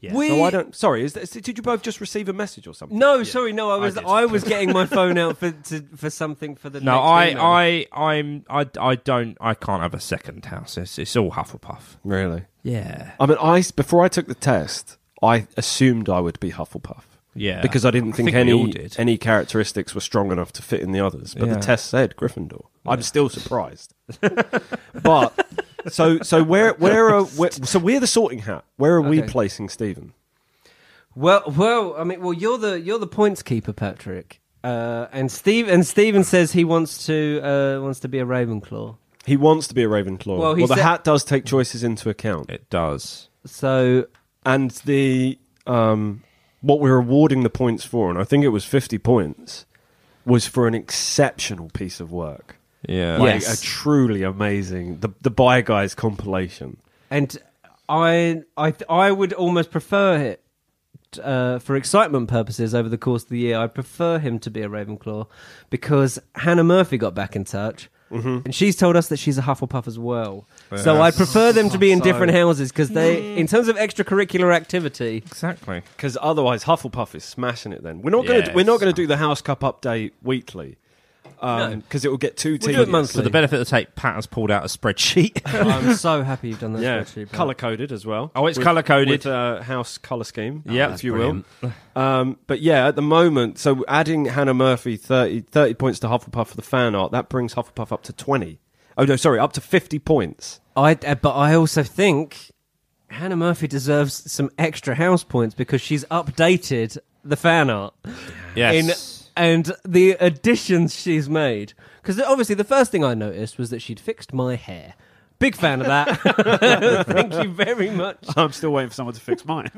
Yeah. We, So I don't. Sorry, is that, did you both just receive a message or something? No, sorry, no. I was did. I, was getting my phone out for to, for something for the No, next I, email. I, I'm, I, I don't, I can't have a second house. It's, it's all Hufflepuff. Really? Yeah, I mean, I before I took the test, I assumed I would be Hufflepuff. yeah. Because I didn't I think, think we all any did. any characteristics were strong enough to fit in the others, but Yeah. the test said Gryffindor. I'm still surprised. but so so where where are where, so we're the sorting hat. Where are we Okay. placing Stephen? Well, well, I mean, well, you're the you're the points keeper, Patrick. Uh, and Steve and Steven says he wants to uh, wants to be a Ravenclaw. He wants to be a Ravenclaw. Well, Well, he the said- hat does take choices into account, it does. So and the um, what we're awarding the points for, and I think it was fifty points, was for an exceptional piece of work. Yeah, like a Yes. truly amazing the the Buy Guys compilation. and I I I would almost prefer it uh, for excitement purposes over the course of the year. I prefer him to be a Ravenclaw because Hannah Murphy got back in touch. And she's told us that she's a Hufflepuff as well. So I prefer them to be in different houses because they, in terms of extracurricular activity, exactly. Because otherwise, Hufflepuff is smashing it. Then we're not going to Yes. we're not going to do the House Cup update weekly because it will get too We'll do it tedious. monthly. For the benefit of the tape, Pat has pulled out a spreadsheet. I'm so happy you've done that. Yeah, spreadsheet, bro. color coded as well. Oh, it's colour-coded. with uh, house color scheme. Yeah. if That's you will. Um, but yeah, at the moment, so adding Hannah Murphy 30, 30 points to Hufflepuff for the fan art that brings Hufflepuff up to twenty. Oh no, sorry, up to fifty points. I, uh, but I also think Hannah Murphy deserves some extra house points because she's updated the fan art yes. in and the additions she's made. Because obviously, the first thing I noticed was that she'd fixed my hair. Big fan of that. Thank you very much. I'm still waiting for someone to fix mine.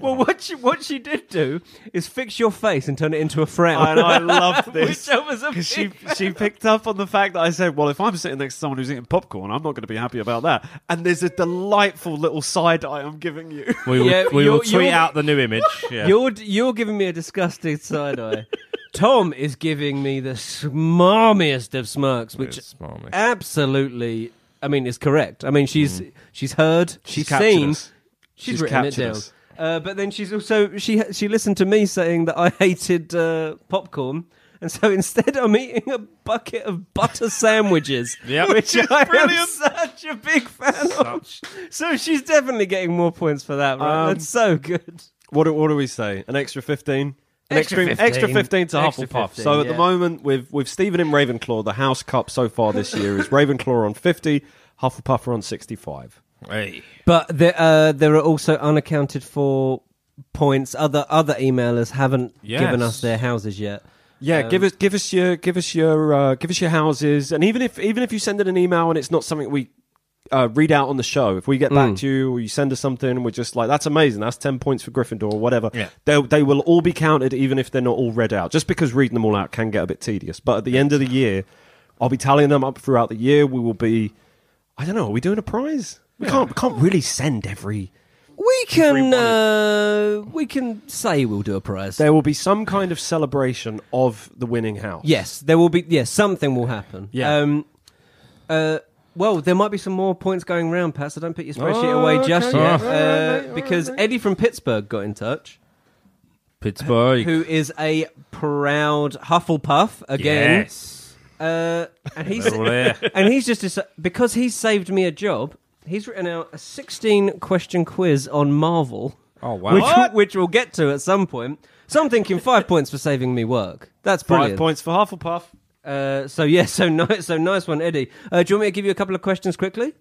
Well, what she, what she did do is fix your face and turn it into a frown. and I loved Which this. I was a Because she big she picked up on the fact that I said, "Well, if I'm sitting next to someone who's eating popcorn, I'm not going to be happy about that." And there's a delightful little side eye I'm giving you. we will, Yeah, we will you're- tweet you're- out the new image. Yeah. You're you're giving me a disgusted side eye. Tom is giving me the smarmiest of smirks, which It's smarmy. absolutely, I mean, is correct. I mean, she's she's heard, she's, seen, she's, She's written it captured down. us. Uh, but then she's also she she listened to me saying that I hated uh, popcorn. And so instead, I'm eating a bucket of butter sandwiches, Yep. which Which is I am brilliant. such a big fan Such- of. So she's definitely getting more points for that. Right? Um, That's so good. What do, what do we say? An extra 15? An Extra extra, 15. extra 15 to Extra Hufflepuff. 15, so at yeah. the moment, with, with Stephen and Ravenclaw, the House Cup so far this year is Ravenclaw on 50, Hufflepuff are on 65. Hey. But there, uh, there are also unaccounted for points. Other other emailers haven't Yes. given us their houses yet. Yeah, give Um, us give us your give us your uh, give us your houses, and even if even if you send in an email and it's not something we uh, read out on the show, if we get back Mm. to you or you send us something, and we're just like, that's amazing, that's ten points for Gryffindor or whatever. Yeah. They they will all be counted, even if they're not all read out. Just because reading them all out can get a bit tedious, but at the end of the year, I'll be tallying them up throughout the year. We will be, I don't know, are we doing a prize? We can't we can't really send every. We can uh, we can say we'll do a prize. There will be some kind of celebration of the winning house. yes, there will be. Yes, something will happen. Yeah. Um, uh, well, there might be some more points going round, Pat. So don't put your spreadsheet Oh, away okay. just Yeah. yet, All uh, because Eddie from Pittsburgh got in touch, Pittsburgh. who is a proud Hufflepuff again. Yes. Uh, and he's They're all there. and he's just deci- because he's saved me a job. He's written out a 16 question quiz on Marvel. Oh, wow. Which, What? which we'll get to at some point. So I'm thinking five points for saving me work. That's brilliant. Five points for Hufflepuff. Uh, so yeah, so nice, so nice one, Eddie. Uh, do you want me to give you a couple of questions quickly?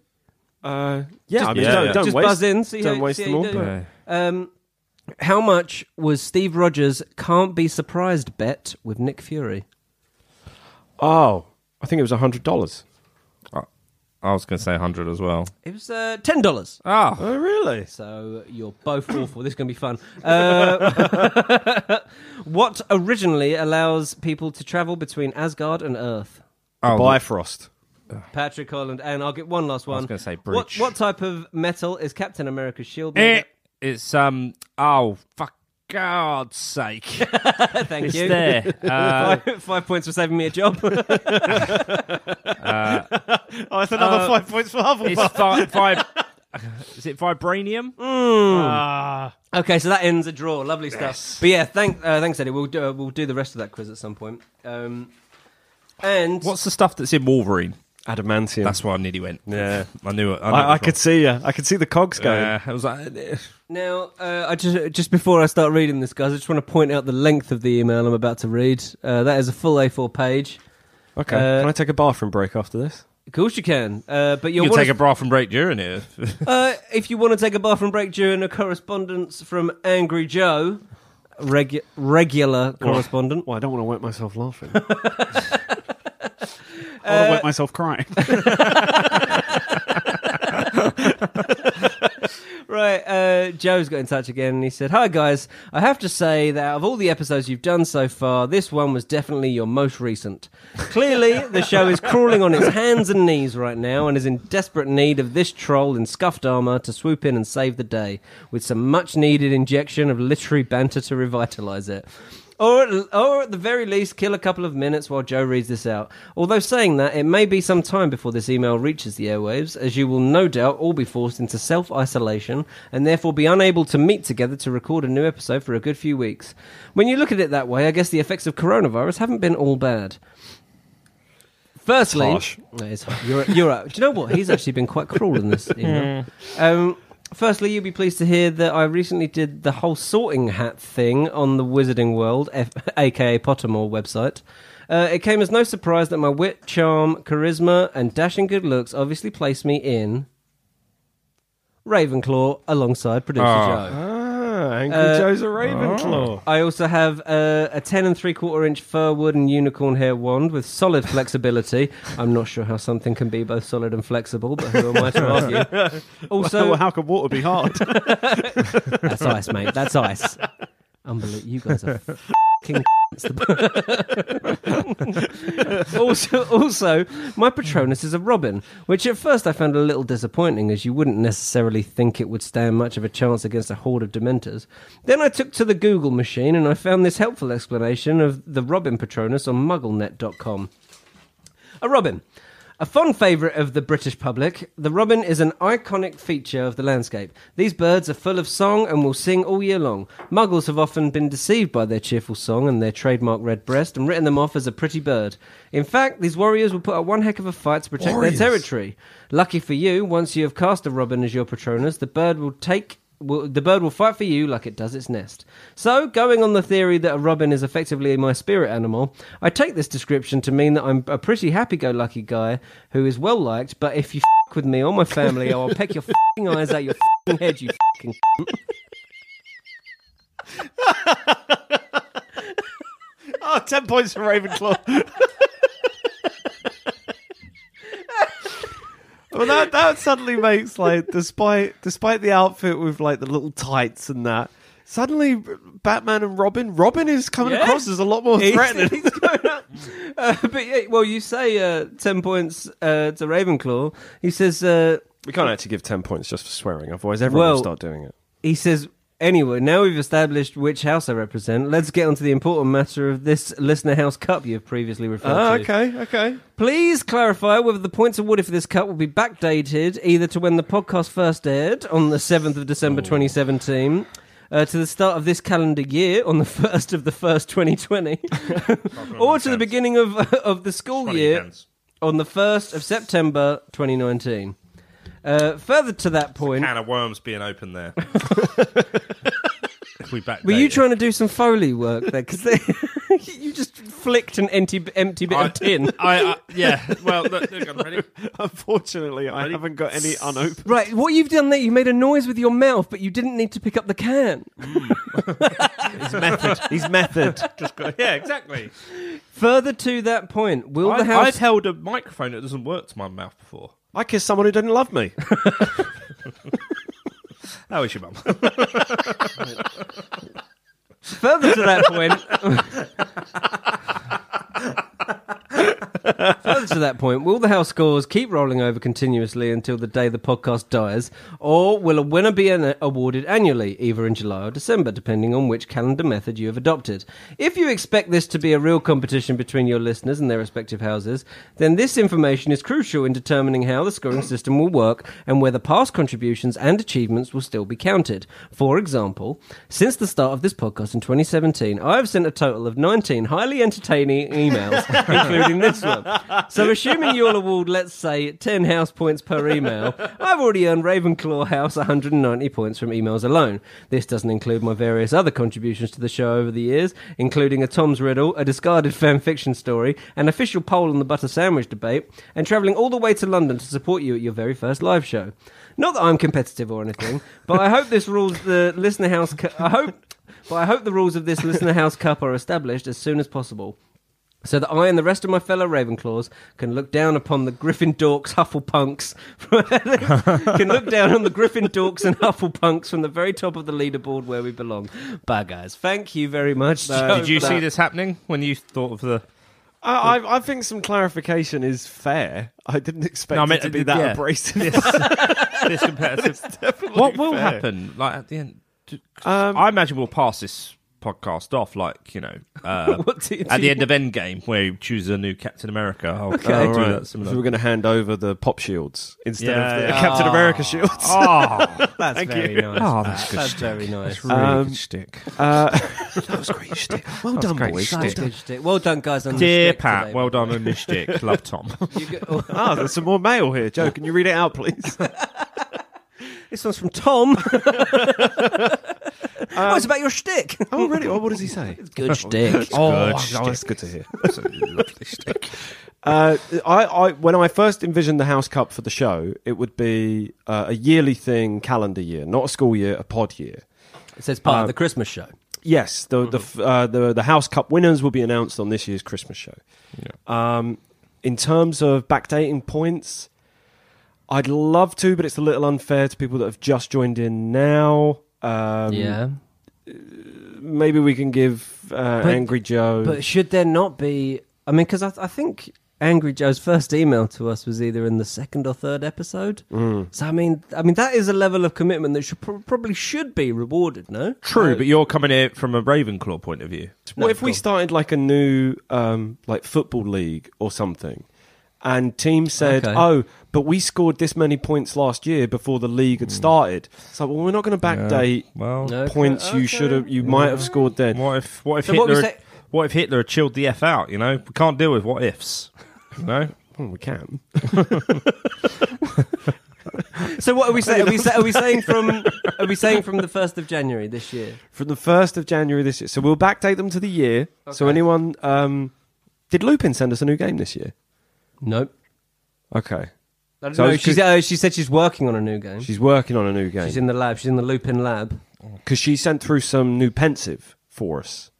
Uh, yeah, I mean, yeah, don't, yeah. don't Just waste, buzz in, see don't how- waste see them how all. you do. but- Yeah. Um, how much was Steve Rogers' "Can't Be Surprised" bet with Nick Fury? Oh, I think it was hundred dollars. I, I was going to say 100 as well. It was uh, ten dollars. Ah, Oh, really? So you're both awful. This is going to be fun. Uh, what originally allows people to travel between Asgard and Earth? oh, Bifrost. Patrick Holland, and I'll get one last one. gonna say what, bridge. what type of metal is Captain America's shield? Eh, made it's um. Oh fuck! God's sake! of? Eh, Thank It's you. there. Uh, Five, five points for saving me a job. Oh, it's another five points for Hufflepuff. it's five. five Is it Vibranium? Ah. Okay, so that ends a draw. Lovely stuff. But yeah, thank, uh, thanks, Eddie. We'll do, uh, we'll do the rest of that quiz at some point. Um, and What's the stuff that's in Wolverine? Adamantium. That's why I nearly went. Yeah. I knew it. I, knew it I, I was could see you. I could see the cogs wrong. going. Yeah, I was like, eh, now, uh, I just just before I start reading this, guys, I just want to point out the length of the email I'm about to read. Uh, that is a full A4 page. Okay. Uh, Can I take a bathroom break after this? Of course you can, uh, but you you'll can want take a bathroom break during it. Uh, if you want to take a bathroom break during a correspondence from Angry Joe, regu- regular correspondent, Well, I don't want to wet myself laughing. I'll wet myself crying. Right, uh, Joe's got in touch again and he said, Hi guys, I have to say that out of all the episodes you've done so far, this one was definitely your most recent. Clearly, the show is crawling on its hands and knees right now and is in desperate need of this troll in scuffed armour to swoop in and save the day with some much needed injection of literary banter to revitalise it. Or, at- or at the very least, kill a couple of minutes while Joe reads this out. Although saying that, it may be some time before this email reaches the airwaves, as you will no doubt all be forced into self isolation and therefore be unable to meet together to record a new episode for a good few weeks. When you look at it that way, I guess the effects of coronavirus haven't been all bad. Firstly, Harsh. That is harsh. You're, you're right. Do you know what? He's actually been quite cruel in this email. Um, firstly, you'll be pleased to hear that I recently did the whole sorting hat thing on the Wizarding World, F- aka Pottermore website. Uh, it came as no surprise that my wit, charm, charisma, and dashing good looks obviously placed me in Ravenclaw alongside producer Ah. Joe. ah, Angry Uh, Joe's a Ravenclaw. I also have uh, a 10 and 3 quarter inch fir wood and unicorn hair wand with solid flexibility. I'm not sure how something can be both solid and flexible, but who am I to argue? Also, well, how can water be hard? that's ice, mate. That's ice. Unbelievable. You guys are fucking. also, also, my Patronus is a robin, which at first I found a little disappointing, as you wouldn't necessarily think it would stand much of a chance against a horde of Dementors. Then I took to the Google machine, and I found this helpful explanation of the Robin Patronus on MuggleNet.com. A robin. A fond favourite of the British public, the robin is an iconic feature of the landscape. These birds are full of song and will sing all year long. Muggles have often been deceived by their cheerful song and their trademark red breast and written them off as a pretty bird. In fact, these warriors will put up one heck of a fight to protect their territory. Lucky for you, once you have cast a robin as your Patronus, the bird will take will, the bird will fight for you like it does its nest. So, going on the theory that a robin is effectively my spirit animal, I take this description to mean that I'm a pretty happy-go-lucky guy who is well liked. But if you f- with me or my family, I'll peck your fing eyes out your fing head, you fing. oh, 10 points for Ravenclaw. well, that, that suddenly makes, like, despite despite the outfit with, like, the little tights and that, suddenly Batman and Robin, Robin is coming Yeah. across as a lot more threatening. He's going up. Uh, but yeah, well, you say uh, ten points uh, to Ravenclaw. He says. Uh, We can't actually give 10 points just for swearing, otherwise everyone Well- will start doing it. he says, anyway, now we've established which house I represent, let's get on to the important matter of this listener house cup you've previously referred Ah, to. okay, okay. Please clarify whether the points awarded for this cup will be backdated either to when the podcast first aired on the 7th of December 2017. Uh, to the start of this calendar year on the first of the first 2020, or to the beginning of of the school year on the first of September 2019. Uh, further to that point, Can of worms being open there. if we back Were you trying to do some foley work there? Because you just flicked an empty, empty bit I, of tin. I, I, yeah. Well, look, look, I'm ready. Unfortunately, I haven't got any unopened. Right, what you've done there, you made a noise with your mouth, but you didn't need to pick up the can. He's method. Just go, yeah, exactly. Further to that point, will I, the I've house. held a microphone that doesn't work to my mouth before. I kissed someone who didn't love me. How is your mum? further to that point. further to to that point, will the house scores keep rolling over continuously until the day the podcast dies, or will a winner be an- awarded annually, either in July or December, depending on which calendar method you have adopted? If you expect this to be a real competition between your listeners and their respective houses, then this information is crucial in determining how the scoring system will work and whether past contributions and achievements will still be counted. For example, since the start of this podcast in 2017, I have sent a total of 19 highly entertaining emails, including this one. So, assuming you'll award, let's say, 10 house points per email, I've already earned Ravenclaw House 190 points from emails alone. This doesn't include my various other contributions to the show over the years, including a Tom's Riddle, a discarded fan fiction story, an official poll on the butter sandwich debate, and travelling all the way to London to support you at your very first live show. Not that I'm competitive or anything, but I hope this rules the listener house. Cu- I hope, but I hope the rules of this listener house cup are established as soon as possible so that I and the rest of my fellow Ravenclaws can look down upon the Griffin Dorks, Hufflepunks, can look down on the Griffin Dorks and Hufflepunks from the very top of the leaderboard where we belong. Bye, guys. Thank you very much. Joe, Did you for see that. this happening when you thought of the? I, I, I think some clarification is fair. I didn't expect No, I meant- it to be that yeah. abrasive. this, this competitive. What will fair. happen? Like at the end, do- Um, I imagine we'll pass this podcast off, like you know, uh, What did at you- the end of Endgame, where you choose a new Captain America. I'll, Okay. I'll do All right. that So similar. we're going to hand over the pop shields instead Yeah, of the yeah. Captain America shields. Oh, That's very nice. Oh, that's good That's stuff. very nice. Ah, really Um, good stick. Uh, that was great shtick. Well done, great boys. So shtick. Well done. good shtick. Well done, guys. On the Dear shtick Pat, today. well done on your stick. Love Tom. You go- Ah, there's some more mail here. Joe, can you read it out, please? this one's from Tom. oh, it's about your shtick. oh, really? Oh, what does he say? Good shtick. Oh, good oh, that's shtick. good to hear. Absolutely lovely stick. Uh, I, I, when I first envisioned the House Cup for the show, it would be uh, a yearly thing, calendar year, not a school year, a pod year. It says part Um, of the Christmas show. Yes, the the f uh, the the House Cup winners will be announced on this year's Christmas show. Um, in terms of backdating points, I'd love to, but it's a little unfair to people that have just joined in now. Um, yeah. maybe we can give uh, But- Angry Joe. But should there not be? I mean, because I, I think Angry Joe's first email to us was either in the second or third episode. Mm. So I mean, I mean that is a level of commitment that should pro- probably should be rewarded. No, True, but you're coming here from a Ravenclaw point of view. what if we started like a new um, like football league or something? And team said, Okay. "Oh, but we scored this many points last year before the league had started." So, well, we're not going to backdate Well, No. Hmm. Okay, points you okay. should have, you might have scored then. what if what if So what Hitler we what, say- what if Hitler had chilled the f out? You know, we can't deal with what ifs. You know, Well, we can. So what are we saying? Are we, sa- are we saying from? Are we saying from the first of January this year? From the 1st of January this year. So we'll backdate them to the year. So anyone. Um, did Lupin send us a new game this year? Nope. Okay. So No, it's she's, 'cause- uh, she said she's working on a new game. She's working on a new She's game. in the lab. She's in the Lupin lab. Because she sent through some new pensive for us.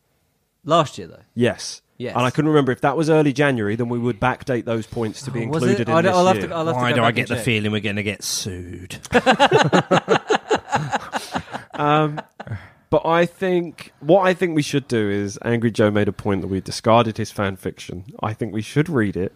Last year though. Yes. Yes. And I couldn't remember if that was early January, then we would backdate those points to be Oh, Was included it? in I'd- this I'll have year. to. I'll have to why go do I back get the and check. feeling we're going to get sued? But I think what I think we should do is Angry Joe made a point that we discarded his fan fiction. I think we should read it,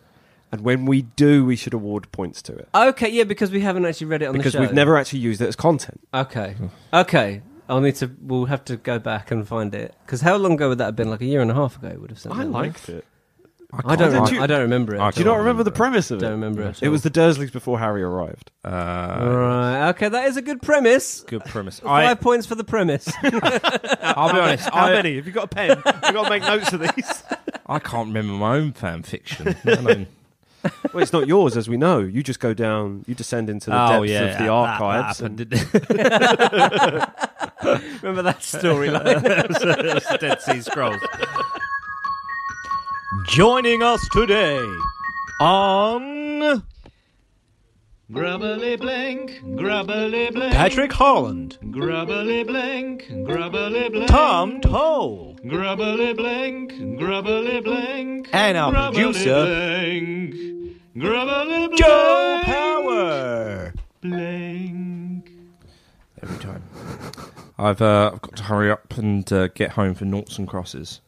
and when we do, we should award points to it Okay, yeah, because we haven't actually read it on because the show. we've never actually used it as content. Okay. Okay. I'll need to. We'll have to go back and find it. Because how long ago would that have been? Like a year and a half ago, it would have sent. I that, no? liked it. I don't. can't- rem- I don't remember it. I at Do you not all. remember the premise of it? Don't remember it. It was the Dursleys before Harry arrived. Uh, Right. Okay, that is a good premise. good premise. I, Five points for the premise. I'll be honest. I, Have you got a pen? We've got to make notes of these. I can't remember my own fan fiction. let alone- well, it's not yours, as we know. You just go down, you descend into Oh, the depths of the that- that archives. happened, and- didn't it? remember that storyline? It was the Dead Sea Scrolls. Joining us today on Grubbly blink, grubbly blink, Patrick Holland, grubbly blink, grubbly blink, Tom Toll, grubbly blink, grubbly blink, and our grubbly producer, blink, grubbly blink, Joe Power. blink. Every time. I've uh, I've got to hurry up and uh, get home for noughts and crosses.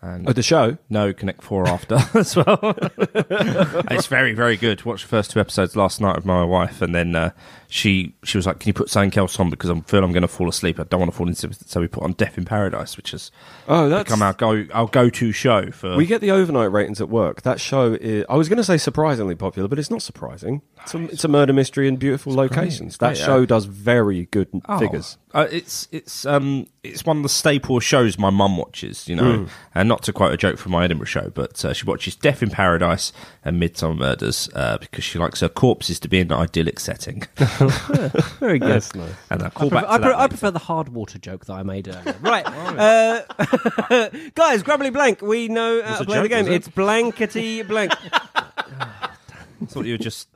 And Oh, the show. no Connect Four after as well. it's very, very good. Watched the first two episodes last night with my wife, and then uh, she she was like, "Can you put something else on because I feel I'm going to fall asleep. I don't want to fall into." So we put on Death in Paradise, which has Oh, that's become our go our go to show for. We get the overnight ratings at work. That show is, I was going to say surprisingly popular, but it's not surprising. It's a, it's a murder mystery in beautiful locations. It's great, that yeah. show does very good n- Oh, figures. Uh, it's it's um it's one of the staple shows my mum watches, you know. Mm. And not to quote a joke from my Edinburgh show, but uh, she watches Death in Paradise and Midsummer Murders uh, because she likes her corpses to be in an idyllic setting. Very good. That's nice. and I call I, back pre- to that I, pre- I later. prefer the hard water joke that I made earlier. Right, uh, guys, grubbly blank. We know how Was to a play the joke, game. was it? It's blankety blank. thought you were just.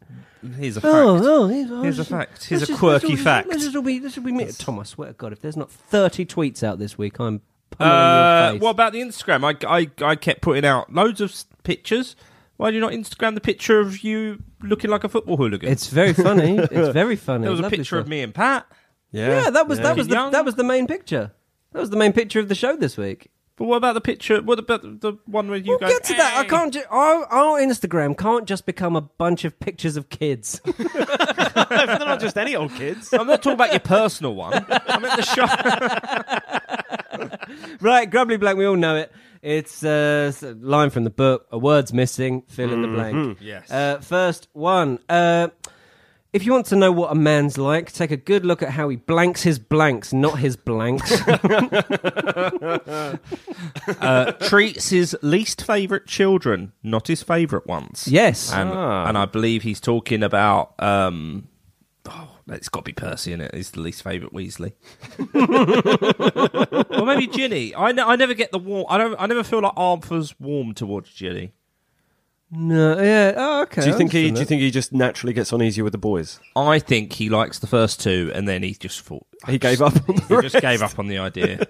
Here's a fact. oh, oh, Here's a fact. Here's This a is- quirky this will- fact. This will be. This will be me. Tom, I swear to God, if there's not thirty tweets out this week, I'm. pummeling Uh, oh. your face. what about the Instagram? I, I, I kept putting out loads of s- pictures. Why do you not Instagram the picture of you looking like a football hooligan? It's very funny. it's very funny. there was a Lovely picture stuff. of me and Pat. Yeah, that was that was the, Young. that was the main picture. That was the main picture of the show this week. But what about the picture? What about the- the one where you We'll go? get to that. I "Hey!" can't. Ju- our, our Instagram can't just become a bunch of pictures of kids. They're not just any old kids. I'm not talking about your personal one. I meant the show. right, Grubbly Blank. We all know it. It's uh, s- a line from the book. A word's missing. Fill in the blank. Mm-hmm. Yes. Uh, first one. Uh, if you want to know what a man's like, take a good look at how he blanks his blanks, not his blanks. Uh, treats his least favourite children, not his favourite ones. Yes. and, and I believe he's talking about. Um, oh, it's got to be Percy in it. He's the least favourite Weasley. or maybe Ginny. I, ne- I never get the warm. I don't. I never feel like Arthur's warm towards Ginny. no. Yeah. Oh, okay. Do you think I he? understand Do you think he just naturally gets on easier with the boys? I think he likes the first two, and then he just thought He gave up. On the he rest. just gave up on the idea.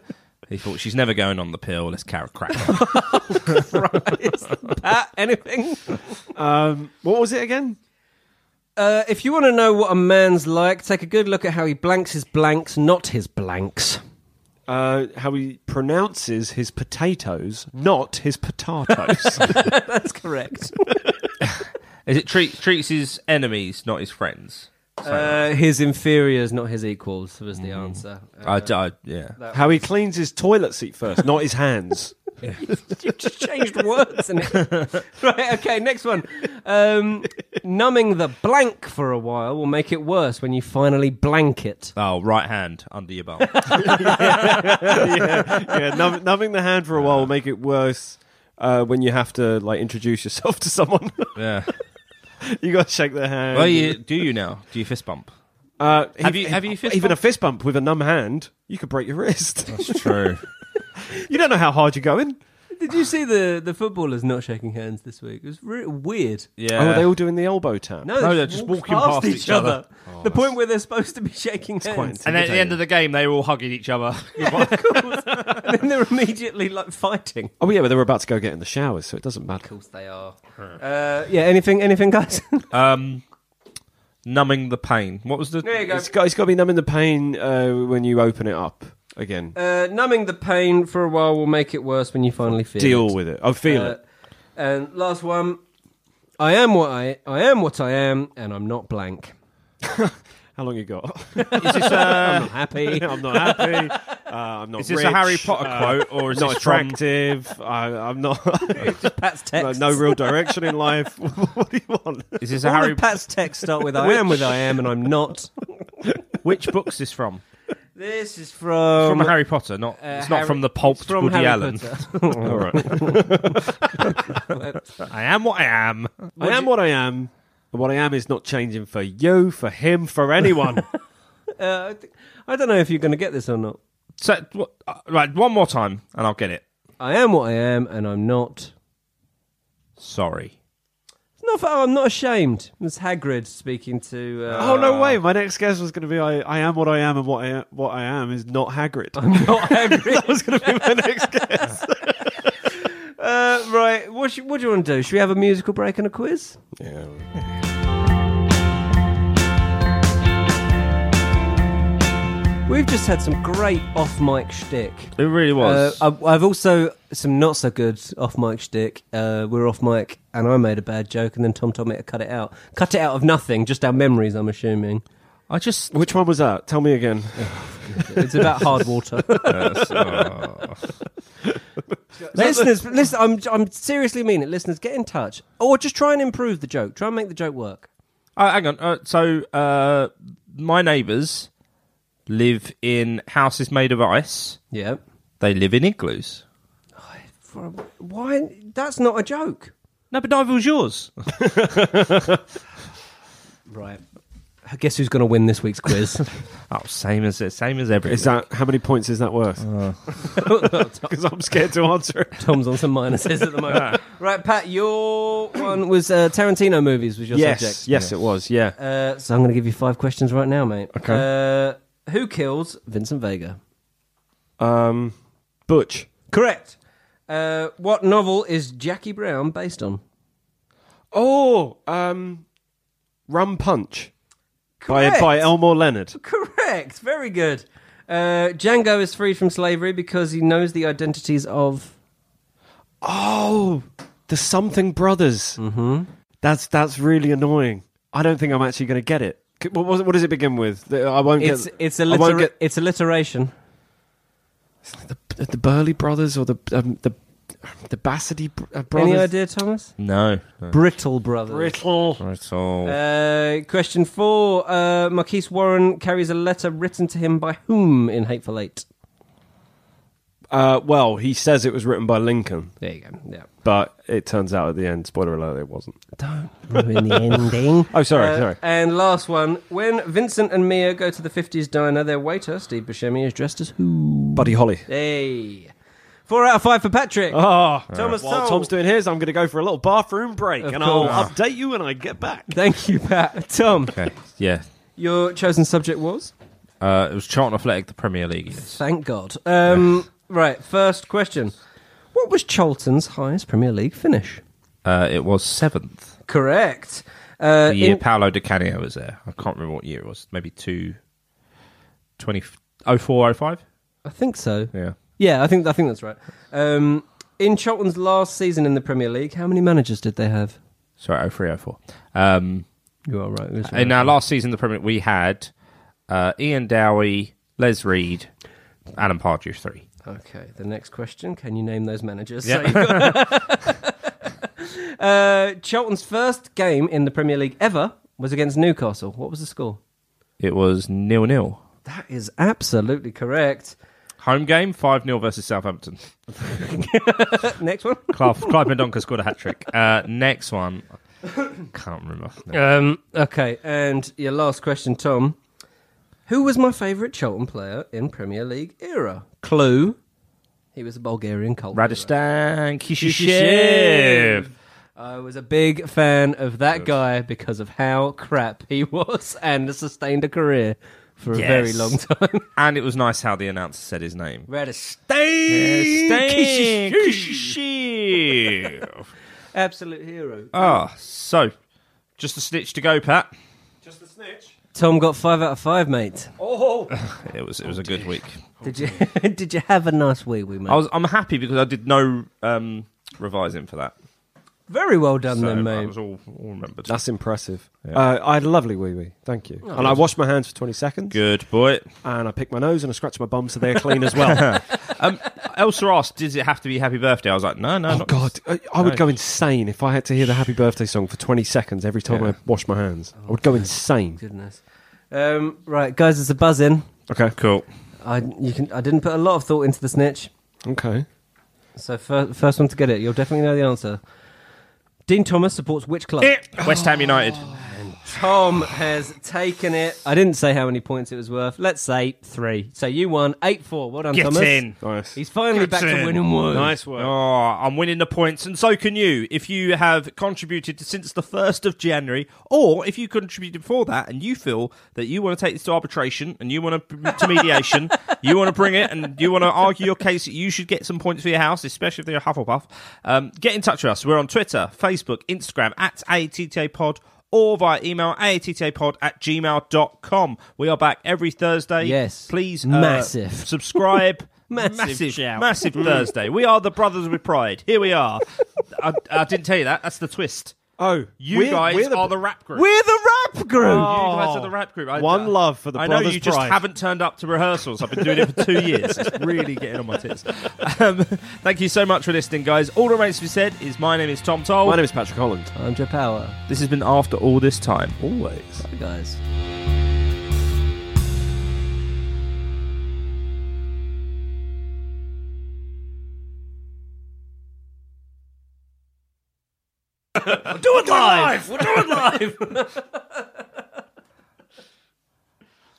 He thought she's never going on the pill. Let's carry crack. on." that. Pat, anything? Um, what was it again? Uh, if you want to know what a man's like, take a good look at how he blanks his blanks, not his blanks. Uh, how he pronounces his potatoes, not his potatoes. That's correct. Is it treat, treats his enemies, not his friends? uh, his inferiors, not his equals, was the Mm. answer. Uh, I, I, yeah. how he cleans his toilet seat first, not his hands. You've just changed words. In it. right, okay, next one. Um, numbing the blank for a while will make it worse when you finally blank it. Oh, right hand under your bum. yeah, numb, numbing the hand for a while will make it worse uh, when you have to like introduce yourself to someone. yeah. you got to shake their hand. Well, you, do you now? Do you fist bump? Uh, Have ev- you- have you fist even bump? a fist bump with a numb hand? You could break your wrist. That's true. you don't know how hard you're going. Did you see the, the footballers not shaking hands this week? It was re- weird. Yeah. Oh, are they all doing the elbow tap? No, No, they they're just just walk walking past, past each, each other. other. the point where they're supposed to be shaking hands. and then at the end of the game, they were all hugging each other. Goodbye. and then they're immediately like fighting. Oh yeah, but they were about to go get in the showers, so it doesn't matter. course they are. Uh, yeah, anything, anything, guys? um, numbing the pain. What was the? there you go. It's got, it's got to be numbing the pain uh, when you open it up again. Uh, numbing the pain for a while will make it worse when you finally feel Deal it. with it. I feel Uh, it. and last one. I am what I I am what I am, and I'm not blank. How long you got? Is this, I'm a, not happy. I'm not happy. Uh, I'm not. is this rich, a Harry Potter uh, quote or is Not this from? attractive. I, I'm not. Pat's no, text. no real direction in life. what do you want? Is this a All Harry? of Pat's text start with I am with I am, and I'm not. Which book's this from? This is from. from Harry Potter. Not. Um, uh, it's not Harry- from the pulped from Woody Harry Allen. Potter. All right. I am what I am. I am what I am. and What I am is not changing for you, for him, for anyone. Uh, I think- I don't know if you're going to get this or not. So, what- uh, right, one more time, and I'll get it. I am what I am, and I'm not. Sorry. It's not. For, oh, I'm not ashamed. It's Hagrid speaking to. Uh, Oh Ah. no way! My next guess was going to be I, I am what I am, and what I am, what I am is not Hagrid. not Hagrid. that was going to be my next guess. Uh, right, what, sh- what do you want to do? Should we have a musical break and a quiz? We've just had some great off mic shtick. It really Uh, was. I- Uh, I've also some not so good off mic shtick. Uh, we were off mic, and I made a bad joke, and then Tom told me to cut it out. Cut it out of nothing, just our memories. I'm assuming I just. Which one was that? Tell me again. it's about hard water. That's- ah. oh. listeners, listen. I'm I'm seriously mean it. Listeners, get in touch, or just try and improve the joke. Try and make the joke work. Uh, hang on. Uh, so, uh, my neighbours live in houses made of ice. Yeah. They live in igloos. For, why? That's not a joke. No, but neither was yours. Right. I guess who's going to win this week's quiz? Oh, same as same as everything. Is that how many points is that worth? Because I'm scared to answer it. Tom's on some minuses at the moment. right, Pat, your one was uh, Tarantino movies was your Yes, subject. yes, it was. Yeah. Uh, so I'm going to give you five questions right now, mate. Okay. Uh, who kills Vincent Vega? Um, Butch. Correct. Uh, what novel is Jackie Brown based on? Oh, um, Rum Punch by Correct. by Elmore Leonard. Correct. Very good. Uh, Django is freed from slavery because he knows the identities of. Oh, the Something Brothers. Mm-hmm. That's that's really annoying. I don't think I'm actually going to get it. C- What, was it- what does it begin with? The- I won't It's get. it's I won't alliter- get- it's alliteration. the, the Burley Brothers or the um, the the Bassity br- uh, Brothers. Any idea, Thomas? no. no. Brittle brothers. Brittle. Not at all. Uh, question four. Uh, Marquise Warren carries a letter written to him by whom in Hateful Eight? Uh, well, he says it was written by Lincoln, There you go. Yeah. but it turns out at the end, spoiler alert, it wasn't. Don't ruin the ending. Oh, sorry, Uh, sorry. And last one. When Vincent and Mia go to the 50s diner, their waiter, Steve Buscemi, is dressed as who? Buddy Holly. Hey. Four out of five for Patrick. Ah, Oh, Thomas while Sowell. Tom's doing his, I'm going to go for a little bathroom break, Of and I'll course. update you when I get back. Thank you, Pat. Tom, Okay. Yeah. your chosen subject was? Uh, it was Charlton Athletic, the Premier League. is. Thank God. Um, right, first question. What was Cholton's highest Premier League finish? Uh, it was seventh. Correct. Uh, The year in- Paolo Di Canio was there. I can't remember what year it was. Maybe two. 20, 04, 05? I think so. Yeah. Yeah. I think I think that's right. Um, in Charlton's last season in the Premier League, how many managers did they have? Sorry, 03, 04. Um, You are right. it was in right. our last season, of the Premier League, we had uh, Ian Dowie, Les Reed, Alan Pardew, three. Okay. The next question: Can you name those managers? Yeah. you've got- uh, Charlton's first game in the Premier League ever was against Newcastle. What was the score? It was nil nil. That is absolutely correct. Home game, 5 0 versus Southampton. Uh, next one. Clive, Clive Mendonca scored a hat trick. Uh, next one. Can't remember. Um, okay, and your last question, Tom. Who was my favourite Charlton player in Premier League era? Clue. He was a Bulgarian cult. hero. Radistan Kishishev. I was a big fan of that guy because of how crap he was and sustained a career for a Yes. very long time. And it was nice how the announcer said his name. Radistan. Kishishev. Absolute hero. Ah, so just a snitch to go, Pat. Tom got five out of five, mate. Oh, It was it was a good week. Did you did you have a nice wee wee, mate? I was I'm happy because I did no um, revising for that. very well done, So then, I mate. was all, all remembered. That's impressive. Uh, I had a lovely wee wee. Thank you. and I washed my hands for 20 seconds. good boy. And I picked my nose and I scratched my bum so they're clean as well. Um, Elsa asked, "Does it have to be Happy Birthday?" I was like, "No, no, oh, not God. I, I would go insane if I had to hear the happy birthday song for 20 seconds every time Yeah. I washed my hands. I would go insane. Goodness. Um, right, guys, there's a buzz in. Okay. cool." I you can I didn't put a lot of thought into the snitch. Okay. So fir- first one to get it, you'll definitely know the answer. Dean Thomas supports which club? Uh, West Ham United. Tom has taken it. I didn't say how many points it was worth. Let's say three. So you won eight four. Well done, Get Thomas. in. Nice. He's finally Get back to in. winning ways. Oh, I'm winning the points, and so can you if you have contributed since the 1st of January, or if you contributed before that and you feel that you want to take this to arbitration and you want to, to mediation, you want to bring it and you want to argue your case that you should get some points for your house, especially if they're a Hufflepuff. Um, get in touch with us. We're on Twitter, Facebook, Instagram, at AATTA Pod. Or via email, aattapod at gmail.com. We are back every Thursday. Yes. Please. uh, Massive. subscribe, Massive, massive, shout. Mm. massive Thursday. We are the brothers with pride. Here we are. I, I didn't tell you that. That's the twist. Oh, You guys are the rap group. We're the rap group. you guys are the rap group. I, One love for the I know brothers you just pride. haven't turned up to rehearsals. I've been doing it for two years. It's really getting on my tits. Um, thank you so much for listening, guys. All that remains to be said is my name is Tom Toll. My name is Patrick Holland. I'm Joe Power. this has been After All This Time. Always. Bye, guys. Do it live! We'll do it live!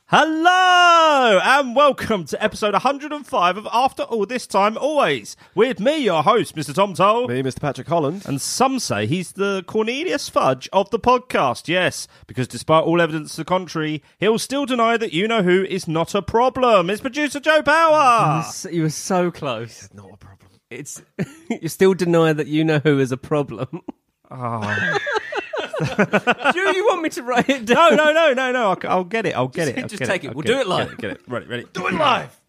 Hello and welcome to episode 105 of After All This Time Always with me, your host, Mr. Tom Toll. Me, Mr. Patrick Holland. And some say he's the Cornelius Fudge of the podcast, yes, because despite all evidence to the contrary, he'll still deny that You Know Who is not a problem. It's producer Joe Power. So- You were so close. It's not a problem. It's you still deny that you know who is a problem. Oh. Do you want me to write it down? No, no, no, no, no. I'll, I'll get it. I'll get it. I'll Just get take it. I'll We'll get do it Get live. it. Get it. Ready, ready. Do it live!